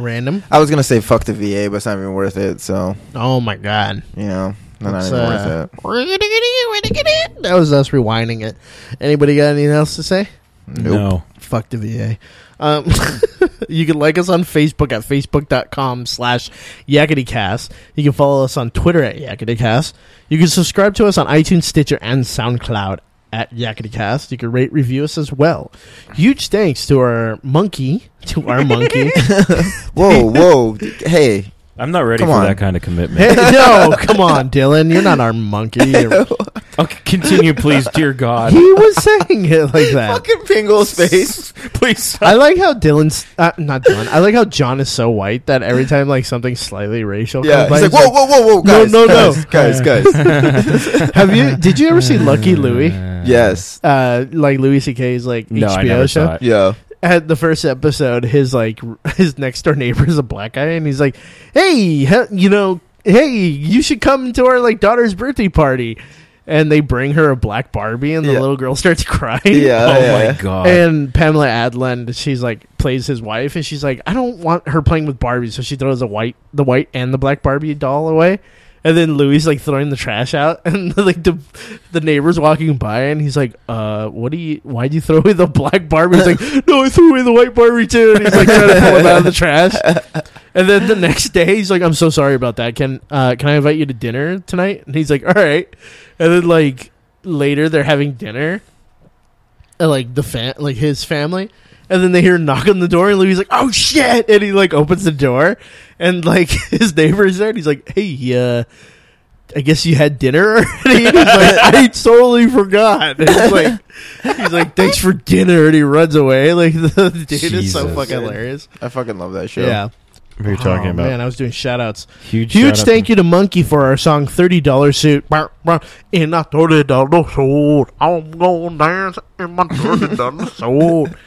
Speaker 2: Random?
Speaker 3: I was gonna say fuck the VA, but it's not even worth it. So
Speaker 2: Oh my god.
Speaker 3: you know, not, not
Speaker 2: It's,
Speaker 3: even
Speaker 2: uh,
Speaker 3: worth
Speaker 2: That was us rewinding it. Anybody got anything else to say?
Speaker 3: it. Nope.
Speaker 4: No.
Speaker 2: Fuck the VA. Um, you can like us on Facebook at facebook.com slash yakitycast. You can follow us on Twitter at yakitycast. You can subscribe to us on iTunes, Stitcher, and SoundCloud at yakitycast. You can rate, review us as well. Huge thanks to our monkey, to our monkey.
Speaker 3: Whoa, whoa. Hey,
Speaker 4: I'm not ready
Speaker 3: Come
Speaker 4: for
Speaker 3: on.
Speaker 4: that kind of commitment.
Speaker 2: Hey, no, come on, Dylan. You're not our monkey. You're-
Speaker 4: Okay, continue, please, dear God.
Speaker 2: he was saying it like that.
Speaker 3: fucking Pingle's face.
Speaker 4: please stop.
Speaker 2: I like how Dylan's uh, not Dylan. I like how John is so white that every time like something slightly racial
Speaker 3: Yeah,
Speaker 2: comes by,
Speaker 3: he's like, whoa, whoa, whoa, whoa,
Speaker 2: No,
Speaker 3: guys,
Speaker 2: no, no.
Speaker 3: guys, guys, guys.
Speaker 2: Have you? Did you ever see Lucky Louie?
Speaker 3: yes,
Speaker 2: Uh, like Louis C.K.'s like
Speaker 4: No,
Speaker 2: HBO
Speaker 4: I never
Speaker 2: show.
Speaker 4: saw it.
Speaker 3: yeah.
Speaker 2: At the first episode, his like r- his next door neighbor is a black guy, and he's like, "Hey, he- you know, hey, you should come to our like daughter's birthday party." And they bring her a black Barbie, and the
Speaker 3: Yeah.
Speaker 2: little girl starts crying.
Speaker 3: Yeah.
Speaker 4: Oh
Speaker 3: yeah,
Speaker 4: my
Speaker 3: yeah.
Speaker 4: god.
Speaker 2: And Pamela Adlon, she's like plays his wife, and she's like, I don't want her playing with Barbie, so she throws the white, the white and the black Barbie doll away. And then Louis like throwing the trash out, and like the the neighbors walking by, and he's like, "Uh, what do you? Why would you throw away the black Barbie?" He's like, "No, I threw away the white Barbie too." And he's like trying to pull him out of the trash. And then the next day, he's like, "I'm so sorry about that. Can uh, can I invite you to dinner tonight?" And he's like, "All right." And then like later, they're having dinner, and like the fam, like his family, and then they hear a knock on the door, and Louis like, "Oh shit!" And he like opens the door, and like his neighbor's there, and he's like, "Hey, uh." I guess you had dinner already. And he's like, I totally forgot. And he's like, he's like, thanks for dinner, and he runs away. Like, the dude is so
Speaker 4: Jesus.
Speaker 2: fucking hilarious.
Speaker 3: I fucking love that show.
Speaker 2: Yeah.
Speaker 4: Who are you talking
Speaker 2: Oh,
Speaker 4: about?
Speaker 2: Man, I was doing shout outs.
Speaker 4: Huge,
Speaker 2: Huge thank you to Monkey for our song $30 Suit. Brr, brr. In a $30 suit, I'm going to dance in my $30 suit.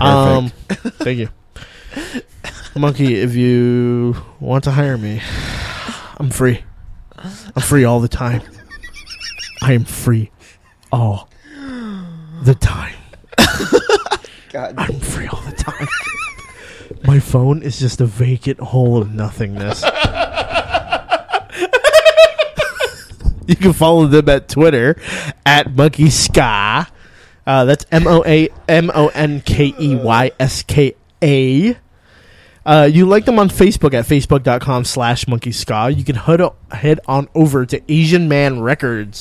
Speaker 2: Um, thank you. Monkey, if you want to hire me, I'm free. I'm free all the time. I am free all the time.
Speaker 3: God.
Speaker 2: I'm free all the time. My phone is just a vacant hole of nothingness. you can follow them at Twitter at Monkey Ska. Uh, that's M O A M O N K E Y S K A. Uh, you like them on Facebook at facebook.com slash monkey ska. You can head, o- head on over to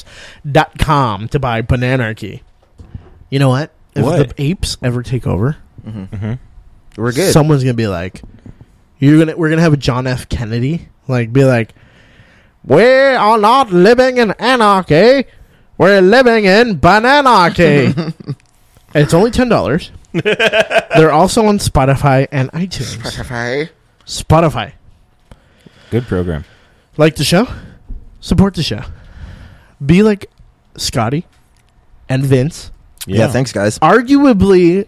Speaker 2: AsianManRecords.com to buy Bananarchy. You know what? If
Speaker 4: What?
Speaker 2: the apes ever take over,
Speaker 3: We're good.
Speaker 2: someone's gonna be like, "You're gonna we're gonna have a John F. Kennedy like be like, we are not living in anarchy, we're living in bananarchy." And it's only ten dollars. They're also on Spotify and iTunes.
Speaker 3: Spotify.
Speaker 2: Spotify,
Speaker 4: Good program.
Speaker 2: like the show, support the show, be like Scotty and Vince,
Speaker 3: Yeah. thanks guys.
Speaker 2: arguably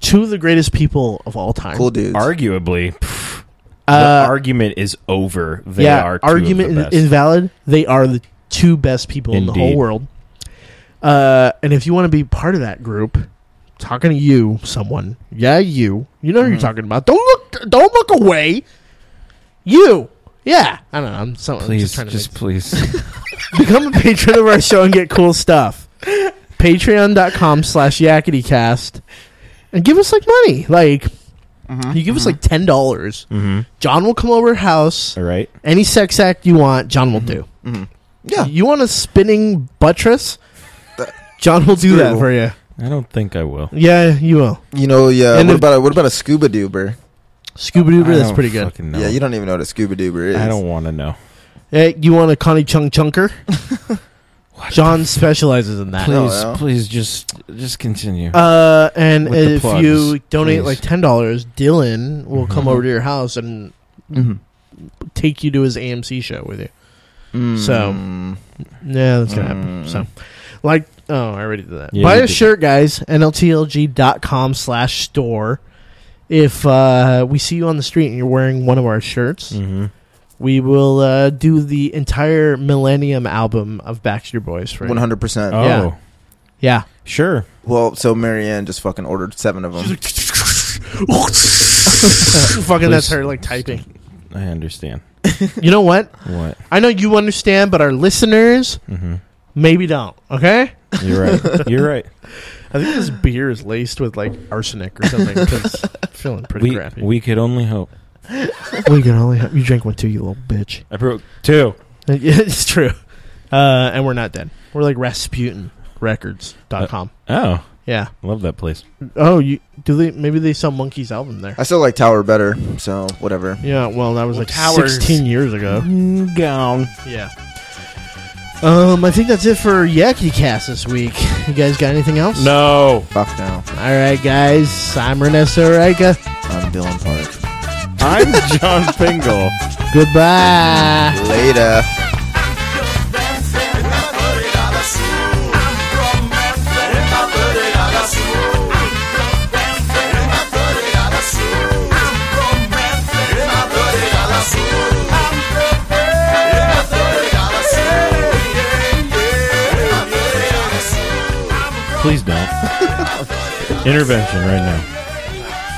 Speaker 2: two of the greatest people of all time.
Speaker 3: Cool dudes.
Speaker 4: Arguably, pff,
Speaker 2: Uh,
Speaker 4: the argument is over. They are two
Speaker 2: argument
Speaker 4: of the best.
Speaker 2: invalid. They are the two best people in the whole
Speaker 4: Indeed.
Speaker 2: world. Uh, and if you want to be part of that group, talking to you, someone, yeah, you, you know who you're
Speaker 4: Mm-hmm.
Speaker 2: talking about. Don't look, don't look away. You, yeah, I don't know. I'm, so, I'm
Speaker 4: please,
Speaker 2: just trying to
Speaker 4: just
Speaker 2: make-
Speaker 4: please.
Speaker 2: become a patron of our show and get cool stuff. Patreon.com slash YakityCast. And give us like money. Like,
Speaker 3: Mm-hmm.
Speaker 2: you
Speaker 4: Mm-hmm.
Speaker 2: give us like $10. dollars
Speaker 4: Mhm.
Speaker 2: John will come over to her house.
Speaker 4: All right.
Speaker 2: Any sex act you want, John will
Speaker 4: Mm-hmm.
Speaker 2: do.
Speaker 3: Mm-hmm. Yeah.
Speaker 2: You want a spinning buttress? John will do that
Speaker 3: True.
Speaker 2: for you.
Speaker 4: I don't think I will.
Speaker 2: Yeah, you will.
Speaker 3: You know, yeah.
Speaker 2: And
Speaker 3: what
Speaker 2: if-
Speaker 3: about a, what about a scuba duber?
Speaker 2: Scuba
Speaker 4: I
Speaker 2: Doober, that's
Speaker 4: don't
Speaker 2: pretty good.
Speaker 4: fucking know.
Speaker 3: Yeah, you don't even know what a scuba duber is.
Speaker 4: I don't want to know.
Speaker 2: Hey, you want a Connie Chung Chunker? John specializes in that.
Speaker 4: Please,
Speaker 3: know.
Speaker 4: please, just just continue.
Speaker 2: Uh, and
Speaker 4: With the
Speaker 2: if
Speaker 4: plugs,
Speaker 2: you donate
Speaker 4: please. Mm-hmm.
Speaker 2: like ten dollars, Dylan will come over to your house and
Speaker 3: Mhm.
Speaker 2: take you to his AMC show with you. So-
Speaker 3: Mm.
Speaker 2: Yeah, that's gonna happen.
Speaker 3: Mm.
Speaker 2: So, like, oh, I already did that.
Speaker 4: Mm-hmm. Yeah,
Speaker 2: Buy
Speaker 4: you
Speaker 2: a
Speaker 4: did
Speaker 2: shirt, guys. NLTLG.com slash store. If uh, we see you on the street and you're wearing one of our shirts,
Speaker 4: mm-hmm.
Speaker 2: we will uh, do the entire Millennium album of Backstreet Boys for you.
Speaker 3: One hundred percent.
Speaker 4: Oh,
Speaker 2: Yeah. Yeah.
Speaker 4: sure.
Speaker 3: Well, so Marianne just fucking ordered seven of them.
Speaker 2: Fucking that's
Speaker 4: Please.
Speaker 2: her, like, typing.
Speaker 4: I understand.
Speaker 2: You know what?
Speaker 4: What?
Speaker 2: I know you understand, but our listeners
Speaker 4: Mm-hmm.
Speaker 2: maybe don't, okay?
Speaker 4: You're right. You're right.
Speaker 2: I think this beer is laced with, like, arsenic or something because feeling pretty
Speaker 4: we
Speaker 2: crappy.
Speaker 4: we could only hope.
Speaker 2: we can only have, you drank one too, you little bitch.
Speaker 4: I broke two.
Speaker 2: Yeah, it's true. Uh, and we're not dead. We're like Rasputin Records.com.
Speaker 4: Oh,
Speaker 2: yeah.
Speaker 4: love that place.
Speaker 2: Uh, Oh, you do they maybe they sell Monkey's album there.
Speaker 3: I still like Tower better, so whatever.
Speaker 2: Yeah, well that was
Speaker 4: Well,
Speaker 2: like
Speaker 4: Towers.
Speaker 2: sixteen years ago.
Speaker 4: Mm, Gone.
Speaker 2: Yeah. Um, I think that's it for Yakety Cast this week. You guys got anything else?
Speaker 4: No.
Speaker 3: Fuck now.
Speaker 2: Alright guys, I'm Ernesto Reika.
Speaker 3: I'm Dylan Park.
Speaker 4: I'm John Pingle.
Speaker 2: Goodbye.
Speaker 3: Later.
Speaker 4: Please don't. Intervention right now.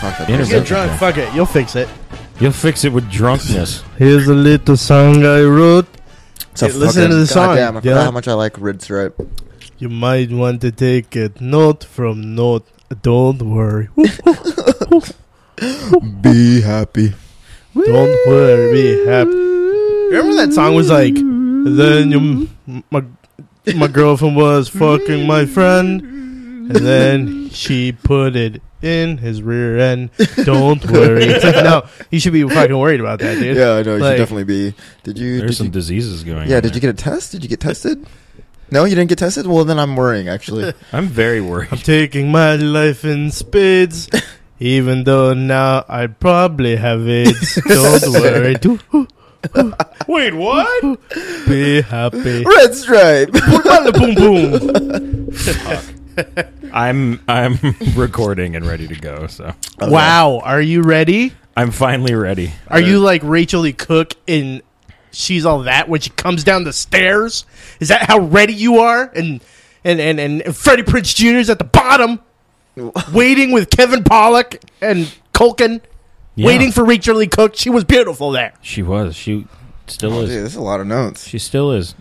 Speaker 3: Fuck that.
Speaker 4: Intervention.
Speaker 2: Get drunk, fuck it, you'll fix it.
Speaker 4: You'll fix it with drunkenness.
Speaker 2: Here's a little song I wrote.
Speaker 3: It's a
Speaker 2: Hey, listen
Speaker 3: fucking-
Speaker 2: to the song,
Speaker 3: Goddamn, I forgot
Speaker 2: Dylan.
Speaker 3: how much I like Red Stripe.
Speaker 2: You might want to take it note from note. Don't worry.
Speaker 3: Be happy.
Speaker 2: Don't worry, be happy. Remember that song was like, then you, my, my girlfriend was fucking my friend, and then she put it in his rear end. Don't worry. It's like, no, you should be fucking worried about that, dude.
Speaker 3: Yeah, I know. You
Speaker 2: Like-
Speaker 3: should definitely be. Did you?
Speaker 4: There's
Speaker 3: Did
Speaker 4: some
Speaker 3: you
Speaker 4: diseases going.
Speaker 3: yeah,
Speaker 4: on
Speaker 3: did you
Speaker 4: there.
Speaker 3: get a test? Did you get tested? No, you didn't get tested? Well, then I'm worrying, actually.
Speaker 4: I'm very worried.
Speaker 2: I'm taking my life in spades. Even though now I probably have AIDS. Don't worry. Do
Speaker 4: Wait, what?
Speaker 2: be happy.
Speaker 3: Red stripe.
Speaker 2: boom boom.
Speaker 4: I'm I'm recording and ready to go, so
Speaker 2: Wow, are you ready?
Speaker 4: I'm finally ready.
Speaker 2: Are you like Rachel E. Cook in She's All That when she comes down the stairs? Is that how ready you are? And and and, and Freddie Prince Jr. is at the bottom waiting with Kevin Pollock and Culkin.
Speaker 4: Yeah.
Speaker 2: Waiting for Rachel Lee Cook. She was beautiful there.
Speaker 4: She was. She still
Speaker 3: Oh, Dude,
Speaker 4: is.
Speaker 3: that's a lot of notes.
Speaker 4: She still is.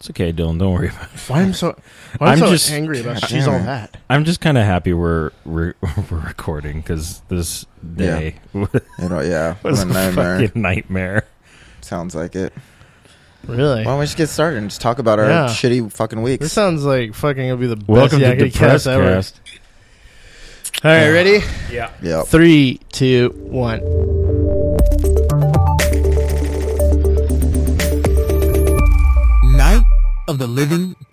Speaker 4: It's okay, Dylan. Don't worry about it.
Speaker 2: Why am so
Speaker 4: why I'm I'm so just-
Speaker 2: angry about
Speaker 3: She's
Speaker 2: She's
Speaker 3: All
Speaker 2: All
Speaker 3: it.
Speaker 2: That?
Speaker 4: I'm just kind of happy we're we're, we're recording because this day
Speaker 3: You know, yeah, what
Speaker 4: was
Speaker 3: a
Speaker 4: a
Speaker 3: nightmare.
Speaker 4: fucking nightmare.
Speaker 3: Sounds like it.
Speaker 2: Really?
Speaker 3: Why don't we just get started and just talk about our
Speaker 2: Yeah.
Speaker 3: shitty fucking
Speaker 2: this
Speaker 3: weeks?
Speaker 2: sounds like fucking gonna be the best
Speaker 4: Welcome to
Speaker 2: yakety
Speaker 4: Depressed
Speaker 2: cast ever.
Speaker 4: Cast.
Speaker 2: All right, ready? Oh.
Speaker 3: Yeah.
Speaker 2: Three, two, one.
Speaker 5: Night of the Living